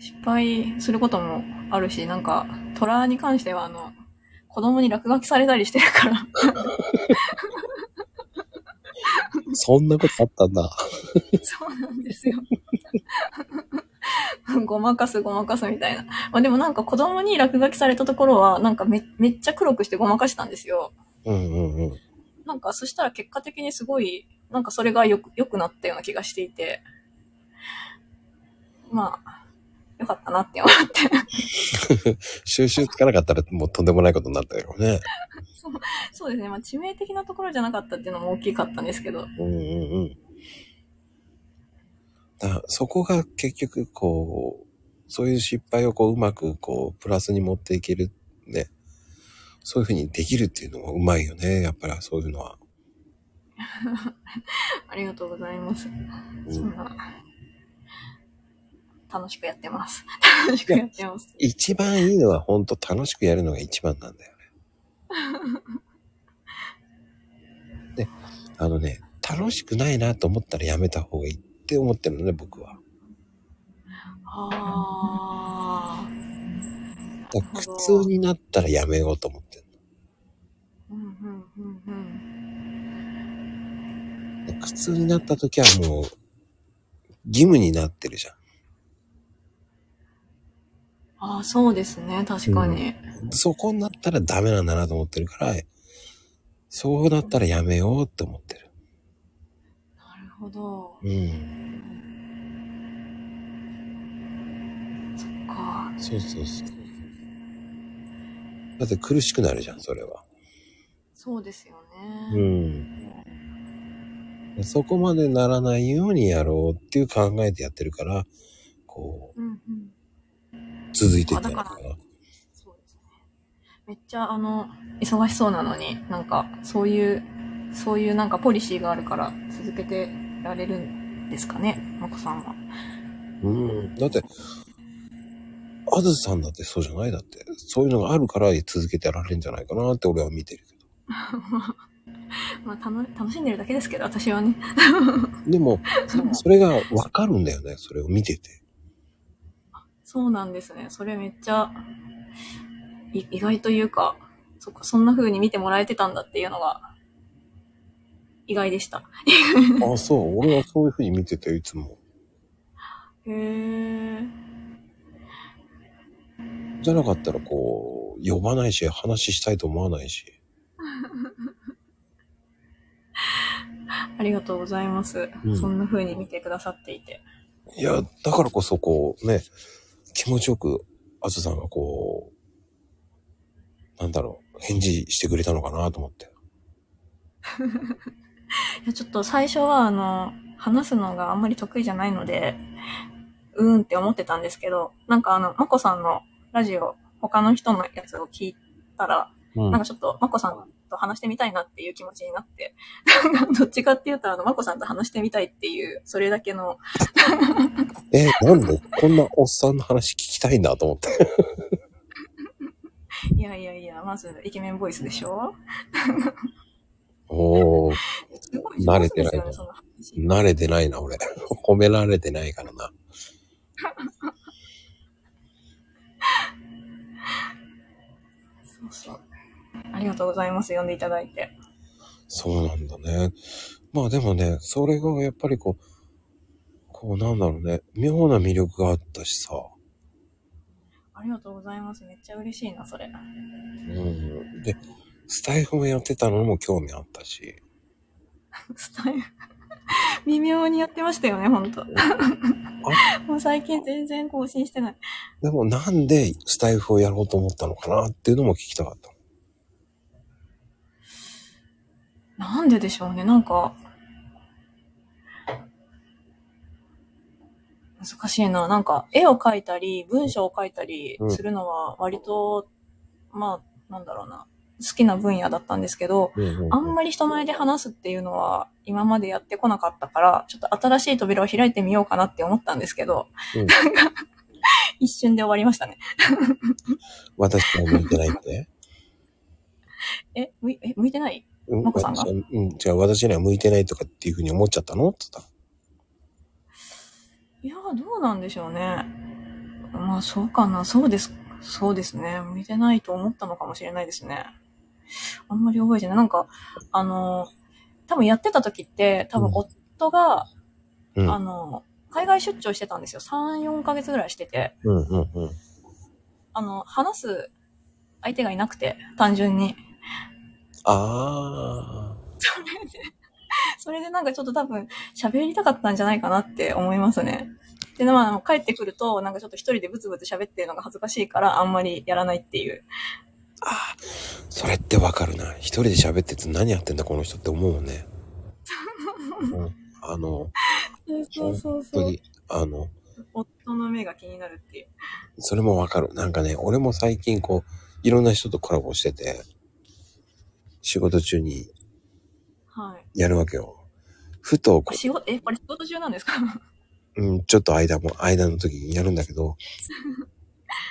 Speaker 2: 失敗することもあるし、なんか、トラに関しては、あの、子供に落書きされたりしてるから、
Speaker 1: そんなことあったんだ。
Speaker 2: そうなんですよ。 ごまかすごまかすみたいな。まあでもなんか子供に落書きされたところは、なんかめめっちゃ黒くしてごまかしたんですよ。
Speaker 1: うんうんうん。
Speaker 2: なんかそしたら結果的にすごい、なんかそれがよく、良くなったような気がしていて、まあ、よかったなって思う。
Speaker 1: 収集つかなかったらもうとんでもないことになったよね。
Speaker 2: そうですね。まあ致命的なところじゃなかったっていうのも大きかったんですけど、
Speaker 1: うんうんうん。だそこが結局こう、そういう失敗をこううまくこうプラスに持っていけるね。そういうふうにできるっていうのもうまいよね。やっぱりそういうのは。
Speaker 2: ありがとうございます。
Speaker 1: うん
Speaker 2: そんな、楽しくやってます。 楽しくやってます。
Speaker 1: 一番いいのは本当楽しくやるのが一番なんだよね。で、あのね、楽しくないなと思ったらやめた方がいいって思ってるのね、僕は。だか
Speaker 2: あ
Speaker 1: ら苦痛になったらやめようと思ってる
Speaker 2: ー。うんうんうんうん。
Speaker 1: で苦痛になった時はもう、義務になってるじゃ
Speaker 2: ああ、そうですね。確かに。
Speaker 1: ん。そこになったらダメなんだなと思ってるから、そうなったらやめようって思ってる。
Speaker 2: なるほど。
Speaker 1: うん。
Speaker 2: そっか。
Speaker 1: そうそうそう。だって苦しくなるじゃん、それは。
Speaker 2: そうですよ
Speaker 1: う
Speaker 2: ね。
Speaker 1: ん。そこまでならないようにやろうっていう考えてやってるから、こ
Speaker 2: うん、うん。
Speaker 1: う、続いていったのか
Speaker 2: あだからそうですね。めっちゃ、あの、忙しそうなのに、なんか、そういう、そういうなんかポリシーがあるから、続けてられるんですかね、まこさんは。
Speaker 1: な。うん。だって、あずさんだってそうじゃないだって。そういうのがあるから続けてられるんじゃないかなって俺は見てるけ
Speaker 2: まあ、たの楽しんでるだけですけど、私はね。
Speaker 1: ど。でも、それがわかるんだよね、それを見てて。
Speaker 2: そうなんですね。それめっちゃ、い意外というか、そっか、そんな風に見てもらえてたんだっていうのが、意外でした。
Speaker 1: あ、そう。俺はそういうふうに見てて、いつも。
Speaker 2: へえ。
Speaker 1: じゃなかったらこう、呼ばないし、話したいと思わないし。
Speaker 2: ありがとうございます。
Speaker 1: うん
Speaker 2: そんな風に見てくださっていて。
Speaker 1: いや、だからこそこう、ね、気持ちよく、あずさんがこう、なんだろう、返事してくれたのかなと思って。
Speaker 2: いやちょっと最初は、あの、話すのがあんまり得意じゃないので、うーんって思ってたんですけど、なんかあの、まこさんのラジオ、他の人のやつを聞いたら、
Speaker 1: うん
Speaker 2: なんかちょっと、まこさんと話してみたいなっていう気持ちになって、なんかどっちかって言うと、あの、まこさんと話してみたいっていう、それだけの、
Speaker 1: え、なんでこんなおっさんの話聞きたいんだと思って。
Speaker 2: いやいやいや、まず、イケメンボイスでしょ
Speaker 1: おお
Speaker 2: すごい上手で
Speaker 1: 慣れてな
Speaker 2: すよ
Speaker 1: いな
Speaker 2: ね、その話。
Speaker 1: 慣れてないな、俺。 褒められてないからな。
Speaker 2: そうそう。ありがとうございます、呼んでいただいて。
Speaker 1: そうなんだね。まあでもね、それがやっぱりこう、こうなんだろうね、妙な魅力があったしさ。
Speaker 2: ありがとうございます、めっちゃ嬉しいな、それ。あ
Speaker 1: うん。で、スタイフもやってたのも興味あったし。
Speaker 2: スタイル。微妙にやってましたよね、ほんと。 もう最近全然更新してない。
Speaker 1: でもなんでスタイフをやろうと思ったのかなっていうのも聞きたかった。
Speaker 2: なんででしょうね、なんか、難しいな。なんか、絵を描いたり、文章を書いたり
Speaker 1: うん
Speaker 2: するのは、割と、まあ、なんだろうな、好きな分野だったんですけど、
Speaker 1: うんうんうん
Speaker 2: あんまり人前で話すっていうのは、今までやってこなかったから、ちょっと新しい扉を開いてみようかなって思ったんですけど、
Speaker 1: うん
Speaker 2: なんか、一瞬で終わりましたね。
Speaker 1: 私は向いてないっ て。
Speaker 2: え、むいえ向いてないうマコさんが
Speaker 1: 私はうん、じゃあ私には向いてないとかっていうふうに思っちゃったのって言っ
Speaker 2: いやー、どうなんでしょうね。まあ、そうかな。そうです。そうですね。向いてないと思ったのかもしれないですね。あんまり覚えてない。なんか、あのー、多分やってた時って、多分
Speaker 1: うん
Speaker 2: 夫が、
Speaker 1: たの。
Speaker 2: あのー、海外出張してたんですよ。3、4ヶ月ぐらいしてて、
Speaker 1: うん。うんうんうん。
Speaker 2: あの、話す相手がいなくて、単純に。
Speaker 1: あ
Speaker 2: それで、それでなんかちょっと多分喋りたかったんじゃないかなって思いますね。で、まあ、帰ってくると、なんかちょっと一人でブツブツ喋ってるのが恥ずかしいから、あんまりやらないっていう。
Speaker 1: ー、それってわかるな。一人で喋ってて何やってんだこの人って思うもんね。うん、あの、
Speaker 2: そうそう
Speaker 1: 本
Speaker 2: そ
Speaker 1: 当
Speaker 2: う。
Speaker 1: に、あの、
Speaker 2: 夫の目が気になるっていう。
Speaker 1: それもわかる。なんかね、俺も最近こう、いろんな人とコラボしてて、仕事中に
Speaker 2: はい。
Speaker 1: やるわけよ。ふと
Speaker 2: こ
Speaker 1: こ
Speaker 2: れ仕事、え、これ仕事中なんですか
Speaker 1: う、うん、ちょっと間も、間の時にやるんだけど、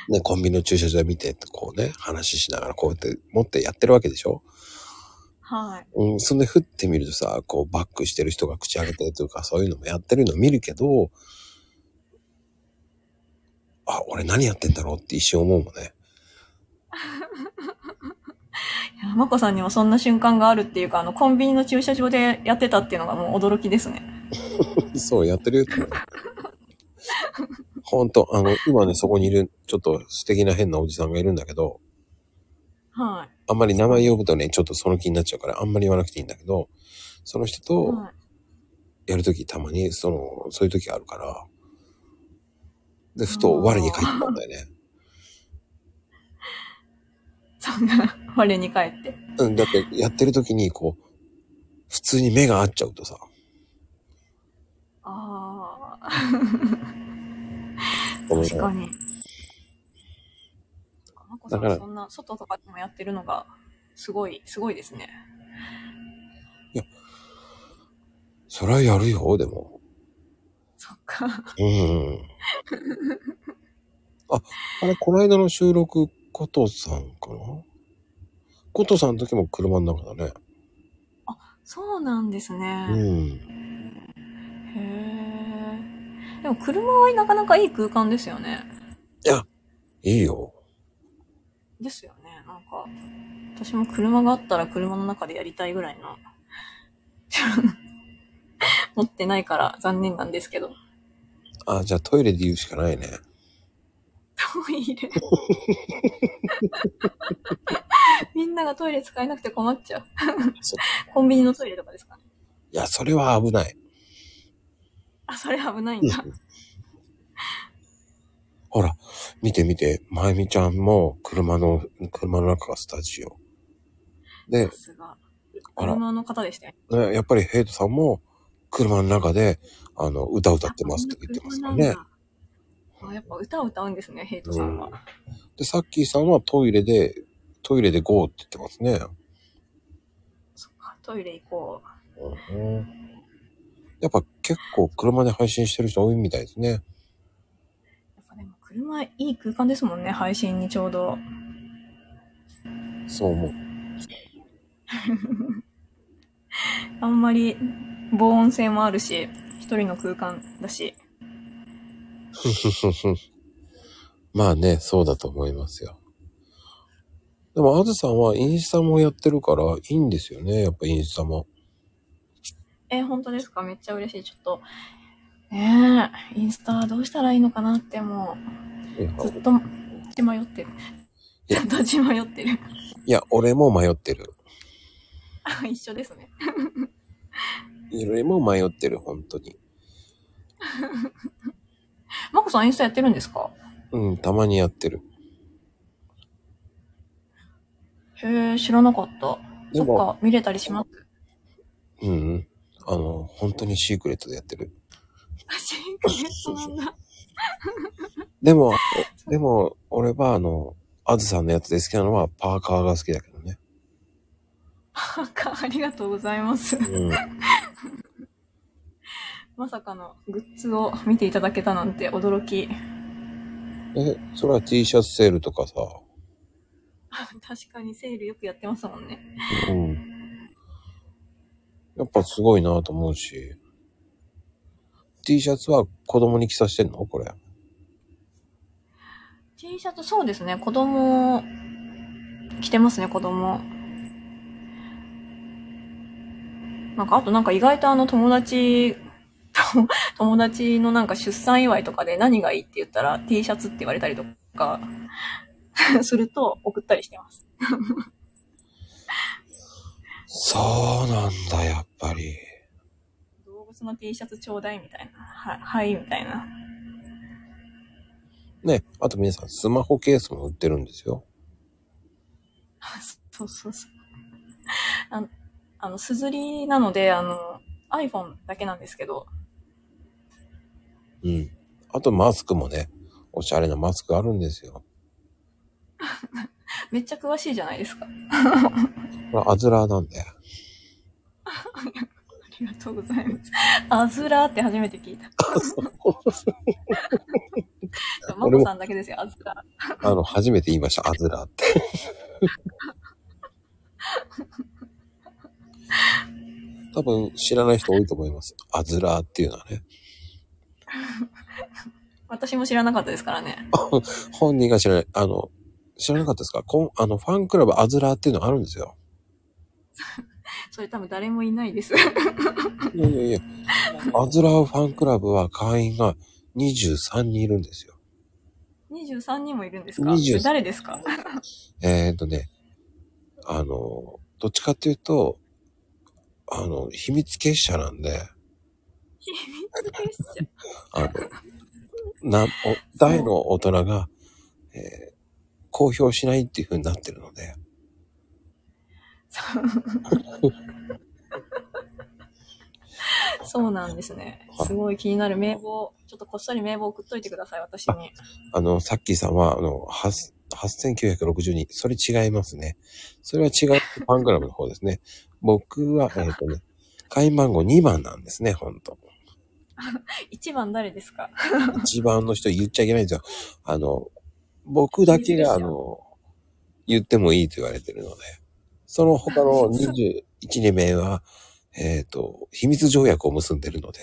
Speaker 1: ね、コンビニの駐車場見て、こうね、話しながらこうやって持ってやってるわけでしょ
Speaker 2: はい。
Speaker 1: うん、そんで振ってみるとさ、こうバックしてる人が口開けてるとか、そういうのもやってるの見るけど、あ、俺何やってんだろうって一瞬思うもんね。
Speaker 2: いや、まこさんにもそんな瞬間があるっていうか、あの、コンビニの駐車場でやってたっていうのがもう驚きですね。
Speaker 1: そう、やってるよって。ほんと、あの、今ね、そこにいる、ちょっと素敵な変なおじさんがいるんだけど、
Speaker 2: は
Speaker 1: あんまり名前呼ぶとね、ちょっとその気になっちゃうから、あんまり言わなくていいんだけど、その人
Speaker 2: い。
Speaker 1: と
Speaker 2: はい。
Speaker 1: やるとき、たまに、その、そういうときがあるから、で、ふと我に返ってたんだよね。
Speaker 2: さんが我に返って。
Speaker 1: うん、だってやってる時にこう、普通に目が合っちゃうとさ、
Speaker 2: ああ、
Speaker 1: ごめん
Speaker 2: 確かに。マコさ
Speaker 1: だか
Speaker 2: ん、
Speaker 1: ら
Speaker 2: そんな外とかでもやってるのが、すごい、すごいですね。
Speaker 1: それはやるよ、でも。
Speaker 2: そっか。
Speaker 1: うん。あ、あれ、この間の収録、コトさんかなコトさんの時も車の中だね。
Speaker 2: そうなんですね。
Speaker 1: うん。
Speaker 2: へえ。でも車はなかなかいい空間ですよね。
Speaker 1: いいよ。
Speaker 2: ですよね。なんか、私も車があったら車の中でやりたいぐらいな。 持ってないから残念なんですけど。
Speaker 1: あ、じゃあトイレで言うしかないね。
Speaker 2: ト イレ。みんながトイレ使えなくて困っちゃう
Speaker 1: そ。
Speaker 2: コンビニのトイレとかですかね。
Speaker 1: いや、それは危ない。
Speaker 2: あ、それ危ないんだ。
Speaker 1: ほら、見て見て、まゆみちゃんも車の、車の中がスタジオ。で
Speaker 2: さ、すが。
Speaker 1: あら
Speaker 2: 車の方でしたよね。
Speaker 1: ね、やっぱりヘイトさんも車の中で、あの、歌歌ってますって言ってますからね。
Speaker 2: あ、やっぱ歌を歌うんですね、ヘイトさんは。
Speaker 1: で、さっきさんはトイレで、トイレで GO って言ってますね。
Speaker 2: そっか、トイレ行こう。
Speaker 1: やっぱ結構車で配信してる人多いみたいですね。
Speaker 2: やっぱでも車いい空間ですもんね、配信にちょうど。
Speaker 1: そう思う。
Speaker 2: あんまり防音性もあるし、一人の空間だし。
Speaker 1: まあね、そうだと思いますよ。でも、あずさんはインスタもやってるから、いいんですよね。やっぱインスタも。
Speaker 2: えー、本当ですかめっちゃ嬉しい。ちょっと、ねえ、インスタどうしたらいいのかなっても
Speaker 1: いや
Speaker 2: う、ずっと、血迷ってる。
Speaker 1: え
Speaker 2: ずっと血迷ってる。
Speaker 1: いや、俺も迷ってる。
Speaker 2: あ、一緒ですね。
Speaker 1: 俺も迷ってる、本当に。
Speaker 2: まこさんインスタやってるんですか
Speaker 1: うん、たまにやってる。
Speaker 2: へえ、知らなかった。
Speaker 1: で
Speaker 2: そっ
Speaker 1: も
Speaker 2: か、見れたりします。
Speaker 1: うんうん。あの、本当にシークレットでやってる。
Speaker 2: あ、シークレットなんだ。
Speaker 1: でも、でも、俺はあの、あずさんのやつで好きなのはパーカーが好きだけどね。
Speaker 2: パーカーありがとうございます。
Speaker 1: うん。
Speaker 2: まさかのグッズを見ていただけたなんて驚き。
Speaker 1: え、それは T シャツセールとかさ。
Speaker 2: あ確かにセールよくやってますもんね。
Speaker 1: うん。やっぱすごいなと思うし。T シャツは子供に着させてんのこれ。
Speaker 2: T シャツ、そうですね。子供、着てますね、子供。なんか、あとなんか意外とあの友達、 と友達のなんか出産祝いとかで何がいいって言ったら T シャツって言われたりとか すると送ったりしてます。
Speaker 1: そうなんだ、やっぱり。
Speaker 2: 動物の T シャツちょうだいみたいな。は、はい、みたいな。
Speaker 1: ね、あと皆さん、スマホケースも売ってるんですよ。
Speaker 2: そうそうそう。あの、あの、すずりなので、あの、iPhone だけなんですけど、
Speaker 1: うん。あとマスクもね、おしゃれなマスクあるんですよ。
Speaker 2: めっちゃ詳しいじゃないですか。あ
Speaker 1: これアズラーなんだよ。
Speaker 2: りがとうございます。アズラーって初めて聞い た。マ
Speaker 1: 俺も
Speaker 2: コさんだけですよ、アズラー。
Speaker 1: あの、初めて言いました、アズラーって。多分知らない人多いと思います。アズラーっていうのはね。
Speaker 2: 私も知らなかったですからね。
Speaker 1: 本人が知らない、あの、知らなかったですかこんあの、ファンクラブアズラーっていうのがあるんですよ。
Speaker 2: それ多分誰もいないです。
Speaker 1: いやいやいや、アズラーファンクラブは会員が23人いるんですよ。
Speaker 2: 23人もいるんですか
Speaker 1: 23
Speaker 2: それ誰ですか
Speaker 1: えっ、ー、とね、あの、どっちかっていうと、あの、秘密結社なんで、あの、なお大の大人が、えー公表しないっていう風になってるので。
Speaker 2: そうなんですね。すごい気になる名簿、ちょっとこっそり名簿送っといてください、私に。
Speaker 1: あの、さっきさんは、あの、8 8962。それ違いますね。それは違うファンクラブの方ですね。僕は、えっ、とね、会員番号2番なんですね、ほんと。
Speaker 2: 一番誰ですか
Speaker 1: 一番の人言っちゃいけないんですよ。あの、僕だけが、あ
Speaker 2: いいです
Speaker 1: の、言ってもいいと言われてるので、その他 の21、2名は、えっ、と、秘密条約を結んでるので、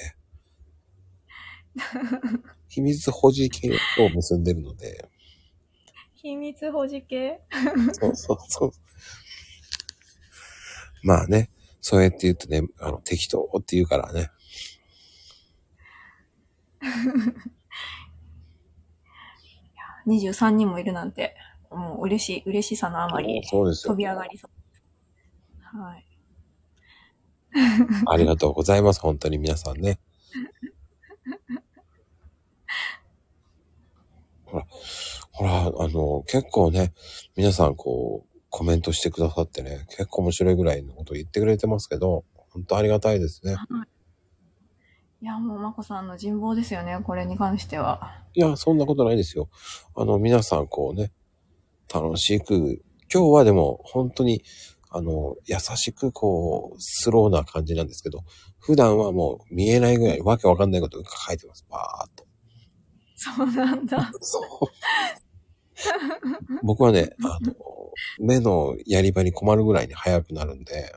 Speaker 1: 秘密保持契約を結んでるので、
Speaker 2: 秘密保持系
Speaker 1: そうそうそう。まあね、そうやって言うとね、あの、適当って言うからね。
Speaker 2: ?23 人もいるなんて、もう嬉しい、嬉しさのあまり、
Speaker 1: そうです
Speaker 2: 飛
Speaker 1: よ。
Speaker 2: び上がりそう。はい。
Speaker 1: ありがとうございます。本当に皆さんね。 ほら、ほら、あの、結構ね、皆さんこう、コメントしてくださってね、結構面白いぐらいのこと言ってくれてますけど、本当ありがたいですね。
Speaker 2: いや、もう、まこさんの人望ですよね、これに関しては。
Speaker 1: いや、そんなことないですよ。あの、皆さんこうね、楽しく、今日はでも本当に、あの、優しくこう、スローな感じなんですけど、普段はもう見えないぐらいわけわかんないことが書いてます。バーっと。
Speaker 2: そうなんだ。
Speaker 1: そう。僕はね、あの、目のやり場に困るぐらいに早くなるんで、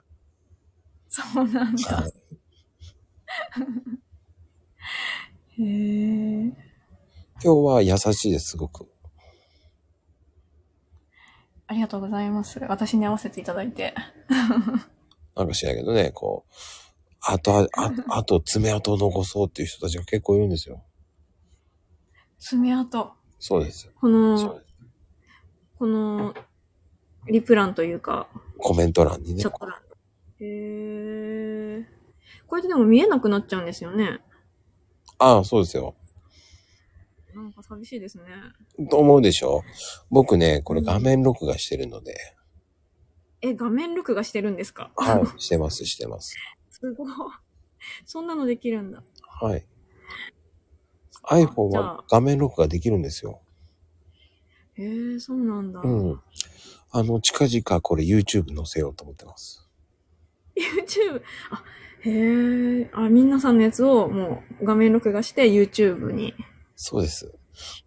Speaker 2: そうなんだ。へえ。
Speaker 1: 今日は優しいです、すごく。
Speaker 2: ありがとうございます。私に合わせていただいて。
Speaker 1: なんか知らんけどね、こう、あと、あああと爪痕を残そうっていう人たちが結構いるんですよ。
Speaker 2: 爪痕。
Speaker 1: そうです。
Speaker 2: こ
Speaker 1: そう
Speaker 2: の、
Speaker 1: です
Speaker 2: この、リプランというか、
Speaker 1: コメント欄にね
Speaker 2: チョ。コラン。へえ。これででも見えなくなっちゃうんですよね。
Speaker 1: ああ、そうですよ。
Speaker 2: なんか寂しいですね。
Speaker 1: と思うでしょ僕ね、これ
Speaker 2: うん
Speaker 1: 画面録画してるので、
Speaker 2: え、画面録画してるんですか
Speaker 1: はい、してます、してます。
Speaker 2: すごい。そんなのできるんだ。
Speaker 1: はい。iPhone
Speaker 2: じゃ
Speaker 1: は
Speaker 2: あ
Speaker 1: 画面録画できるんですよ。
Speaker 2: へえ、そうなんだ。
Speaker 1: うん。あの、近々これ YouTube 載せようと思ってます。
Speaker 2: YouTube、あ、へえ、あ、みんなさんのやつをもう画面録画して YouTube に。
Speaker 1: そうです。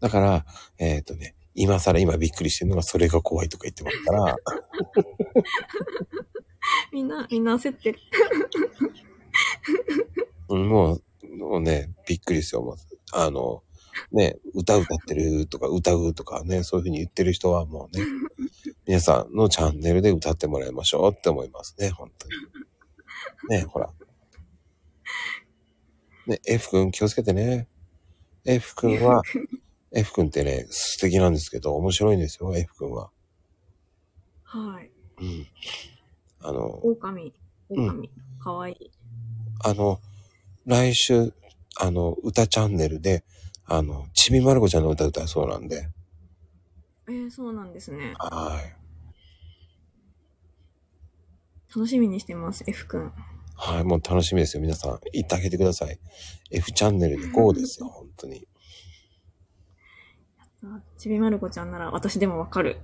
Speaker 1: だから、えっ、とね、今更今びっくりしてるのがそれが怖いとか言ってますから、
Speaker 2: みんな、みんな焦ってる。
Speaker 1: うんもう、もうね、びっくりですよ。もうあの、ね、歌歌ってるとか歌うとかね、そういうふうに言ってる人はもう ね、皆さんのチャンネルで歌ってもらいましょうって思いますね、本当に。ね、ほら。ね、F 君気をつけてね。F 君は、F 君ってね、素敵なんですけど、面白いんですよ、F 君は。
Speaker 2: はい。
Speaker 1: うん。あの、
Speaker 2: 狼。狼。かわいい。
Speaker 1: あの、来週、あの、歌チャンネルで、あの、ちびまる子ちゃんの歌歌うそうなんで。
Speaker 2: えー、そうなんですね。
Speaker 1: はい。
Speaker 2: 楽しみにしてます、F くん。
Speaker 1: はい、もう楽しみですよ。皆さん、行ってあげてください。F チャンネルで GO ですよ、本当に。
Speaker 2: あちびまる子ちゃんなら私でもわかる。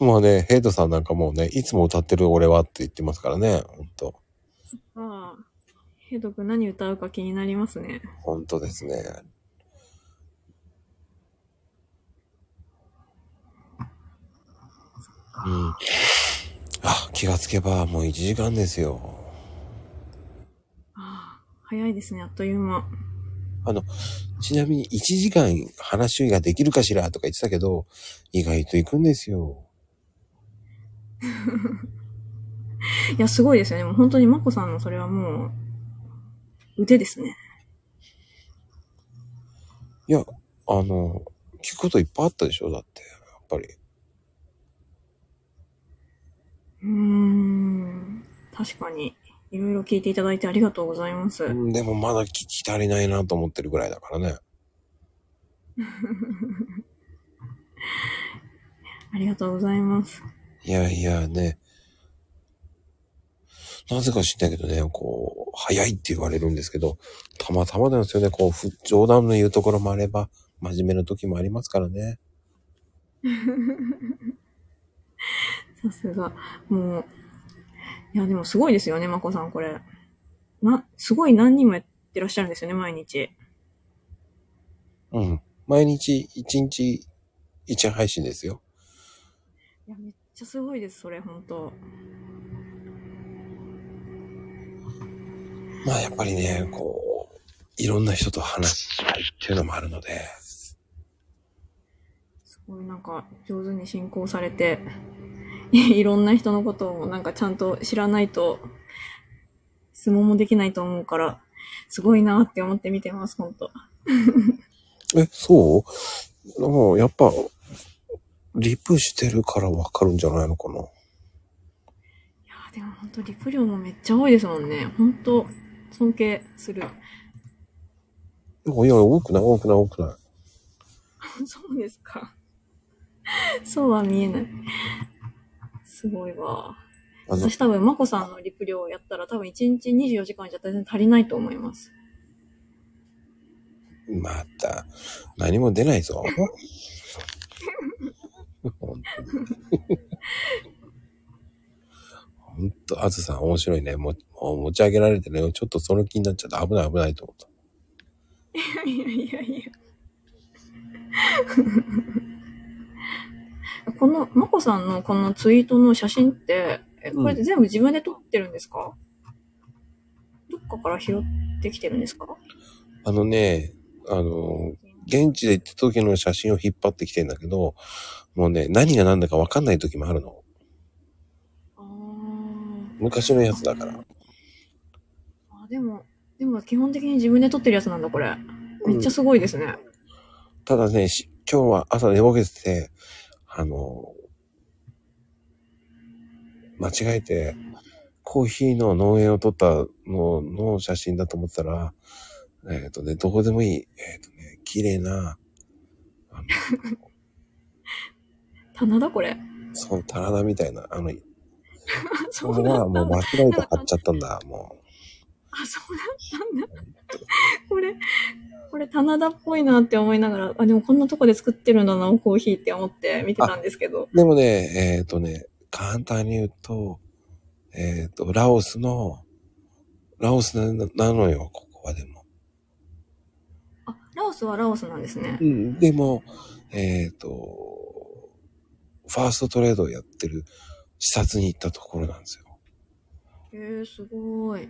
Speaker 1: もうね、ヘイトさんなんかもうね、いつも歌ってる俺はって言ってますからね、本当
Speaker 2: ああ。ヘドくん何歌うか気になりますね。
Speaker 1: 本当ですね。うん。あ、気がつけばもう1時間ですよ。
Speaker 2: ああ。早いですね、あっという間。
Speaker 1: ちなみに1時間話ができるかしらとか言ってたけど、意外と行くんですよ。
Speaker 2: いや、すごいですよね。もう本当にまこさんのそれはもう、腕ですね。
Speaker 1: いや、あの、聞くこといっぱいあったでしょだって、やっぱり。
Speaker 2: うーん。確かに。いろいろ聞いていただいてありがとうございます。
Speaker 1: うんでもまだ聞き足りないなと思ってるぐらいだからね。
Speaker 2: ありがとうございます。
Speaker 1: いやいやね。なぜか知んないけどね、こう、早いって言われるんですけど、たまたまなんですよね。こう、ふ冗談の言うところもあれば、真面目な時もありますからね。
Speaker 2: さすが。もう、いや、でもすごいですよね、まこさん、これ。な、すごい何人もやってらっしゃるんですよね、毎日。
Speaker 1: うん。毎日、一日、一配信ですよ。
Speaker 2: いや、めっちゃすごいです、それ、ほんと。
Speaker 1: まあ、やっぱりね、こう、いろんな人と話したいっていうのもあるので、
Speaker 2: すごい、なんか、上手に進行されて、 いろんな人のことを、なんか、ちゃんと知らないと、質問もできないと思うから、すごいなって思って見てます、ほんと。
Speaker 1: え、そうでもやっぱ、リプしてるからわかるんじゃないのかな。
Speaker 2: いやーでも本当リプ量もめっちゃ多いですもんね。本当尊敬する。
Speaker 1: いや、多くない、多くない、多くない。
Speaker 2: そうですか。そうは見えない。すごいわ。
Speaker 1: あの
Speaker 2: 私、多分、まこさんのリプ量をやったら多分1日24時間じゃ全然足りないと思います。
Speaker 1: また、何も出ないぞ。本当に。本当、あずさん面白いね。ももう持ち上げられてね、ちょっとその気になっちゃって危ない危ないと思った。
Speaker 2: いやいやいや。 この、まこさんのこのツイートの写真って、えこれって全部自分で撮ってるんですか、どっかから拾ってきてるんですか
Speaker 1: あのね、あの、現地で行った時の写真を引っ張ってきてんだけど、もうね、何が何だか分かんない時もあるの。
Speaker 2: あー
Speaker 1: 昔のやつだから。
Speaker 2: あ、でも、でも基本的に自分で撮ってるやつなんだ、これ。めっちゃすごいですね。
Speaker 1: ただね、し今日は朝寝ぼけてて、あの、間違えて、コーヒーの農園を撮ったのの写真だと思ってたら、えっ、とね、どこでもいい、えっ、とね、綺麗な、あの、
Speaker 2: 棚だ、これ。
Speaker 1: そう、棚田みたいな、あの、
Speaker 2: そ
Speaker 1: そうれ
Speaker 2: だ
Speaker 1: は
Speaker 2: っ
Speaker 1: もうん
Speaker 2: た
Speaker 1: 間
Speaker 2: だ。
Speaker 1: 違えて買っちゃったんだ、も
Speaker 2: あ、そうだったんだ。これ、これ棚田っぽいなって思いながら、あ、でもこんなとこで作ってるんだな、コーヒーって思って見てたんですけど。
Speaker 1: う。でもね、えっ、とね、簡単に言うと、えっ、と、ラオスの、ラオスななのよ、ここはでも。
Speaker 2: あ、ラオスはラオスなんですね
Speaker 1: う。ん、でも、えっ、と、ファーストトレードをやってる視察に行ったところなんですよ。
Speaker 2: へえー、すごい。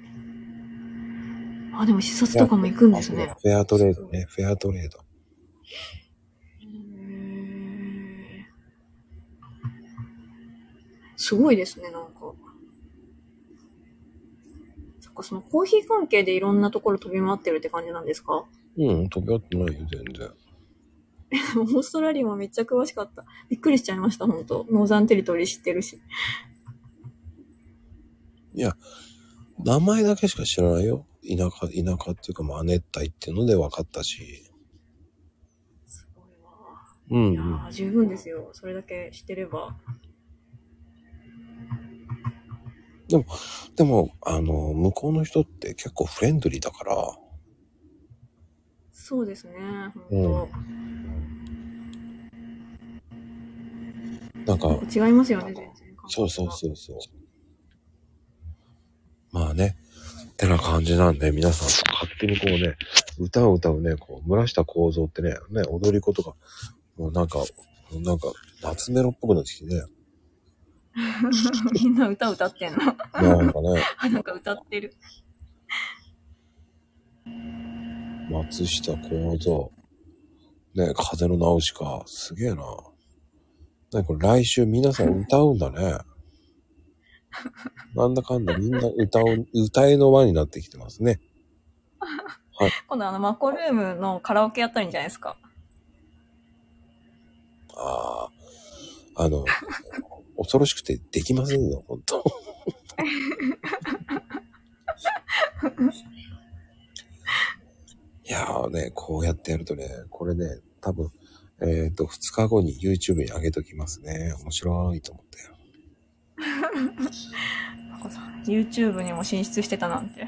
Speaker 2: あ、でも視察とかも行くんですね。
Speaker 1: フェアトレードね、フェアトレード。
Speaker 2: へーすごいですね、なんか。そっか、そのコーヒー関係でいろんなところ飛び回ってるって感じなんですか
Speaker 1: うん、飛び合ってないよ、全然。
Speaker 2: オーストラリアもめっちゃ詳しかった。びっくりしちゃいました、本当ノーザンテリトリー知ってるし。
Speaker 1: 名前だけしか知らないよ。田舎、田舎っていうか、まあ、亜熱帯っていうので分かったし。
Speaker 2: すごいわ。
Speaker 1: うん、う
Speaker 2: いや
Speaker 1: ん。
Speaker 2: ー、十分ですよ。それだけ知ってれば。
Speaker 1: でも、あの、向こうの人って結構フレンドリーだから、
Speaker 2: そうですね、本
Speaker 1: なんか、
Speaker 2: 当違いますよね、全然。
Speaker 1: そうそうそうそう。まあね。ってな感じなんで、皆さん勝手にこうね、歌を歌うね、こう、村下構造ってね、ね、踊り子とか、もうなんか、なんか、夏メロっぽくなってきてね。
Speaker 2: う。 みんな歌歌ってんの。
Speaker 1: なんかね、
Speaker 2: あ、なんか歌ってる。
Speaker 1: 松下構造、ね、風の直しか、すげえな。なにこれ来週皆さん歌うんだね。なんだかんだみんな歌う、歌いの輪になってきてますね。
Speaker 2: 今度あの、マコルームのカラオケやったらいいんじゃないですか。
Speaker 1: ああ、あの、恐ろしくてできませんよ、本当。いやーね、こうやってやるとね、これね、多分、えっ、と、2日後に YouTube に上げときますね。面白いと思ったよ。
Speaker 2: なんかさ YouTube にも進出してたなんて。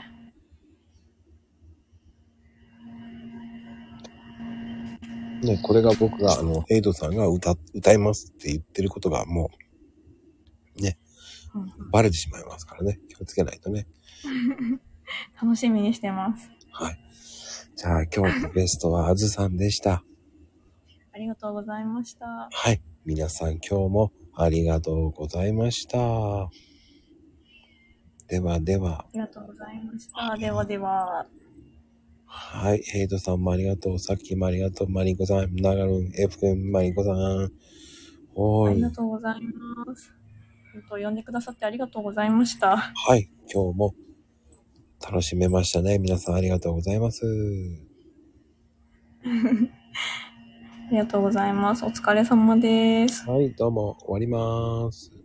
Speaker 1: ね、これが僕が、あの、ヘイドさんが歌、歌いますって言ってることがもう、ね、
Speaker 2: うん
Speaker 1: バレてしまいますからね。気をつけないとね。
Speaker 2: 楽しみにしてます。
Speaker 1: はい。じゃあ今日のゲストはあずさんでした。
Speaker 2: ありがとうございました。
Speaker 1: はい。皆さん今日もありがとうございました。ではでは
Speaker 2: あ、りがとうございました。ではでは、
Speaker 1: はい。ヘイドさんもありがとう。さっきもありがとう。マリコさん、ナガルン、エフ君、マリコさん。お
Speaker 2: あり
Speaker 1: い
Speaker 2: が。とうございます。本当呼んでくださってありがとうございました。
Speaker 1: はい。今日も楽しめましたね。皆さんありがとうございます。
Speaker 2: ありがとうございます。お疲れ様です。
Speaker 1: はい。どうも終わります。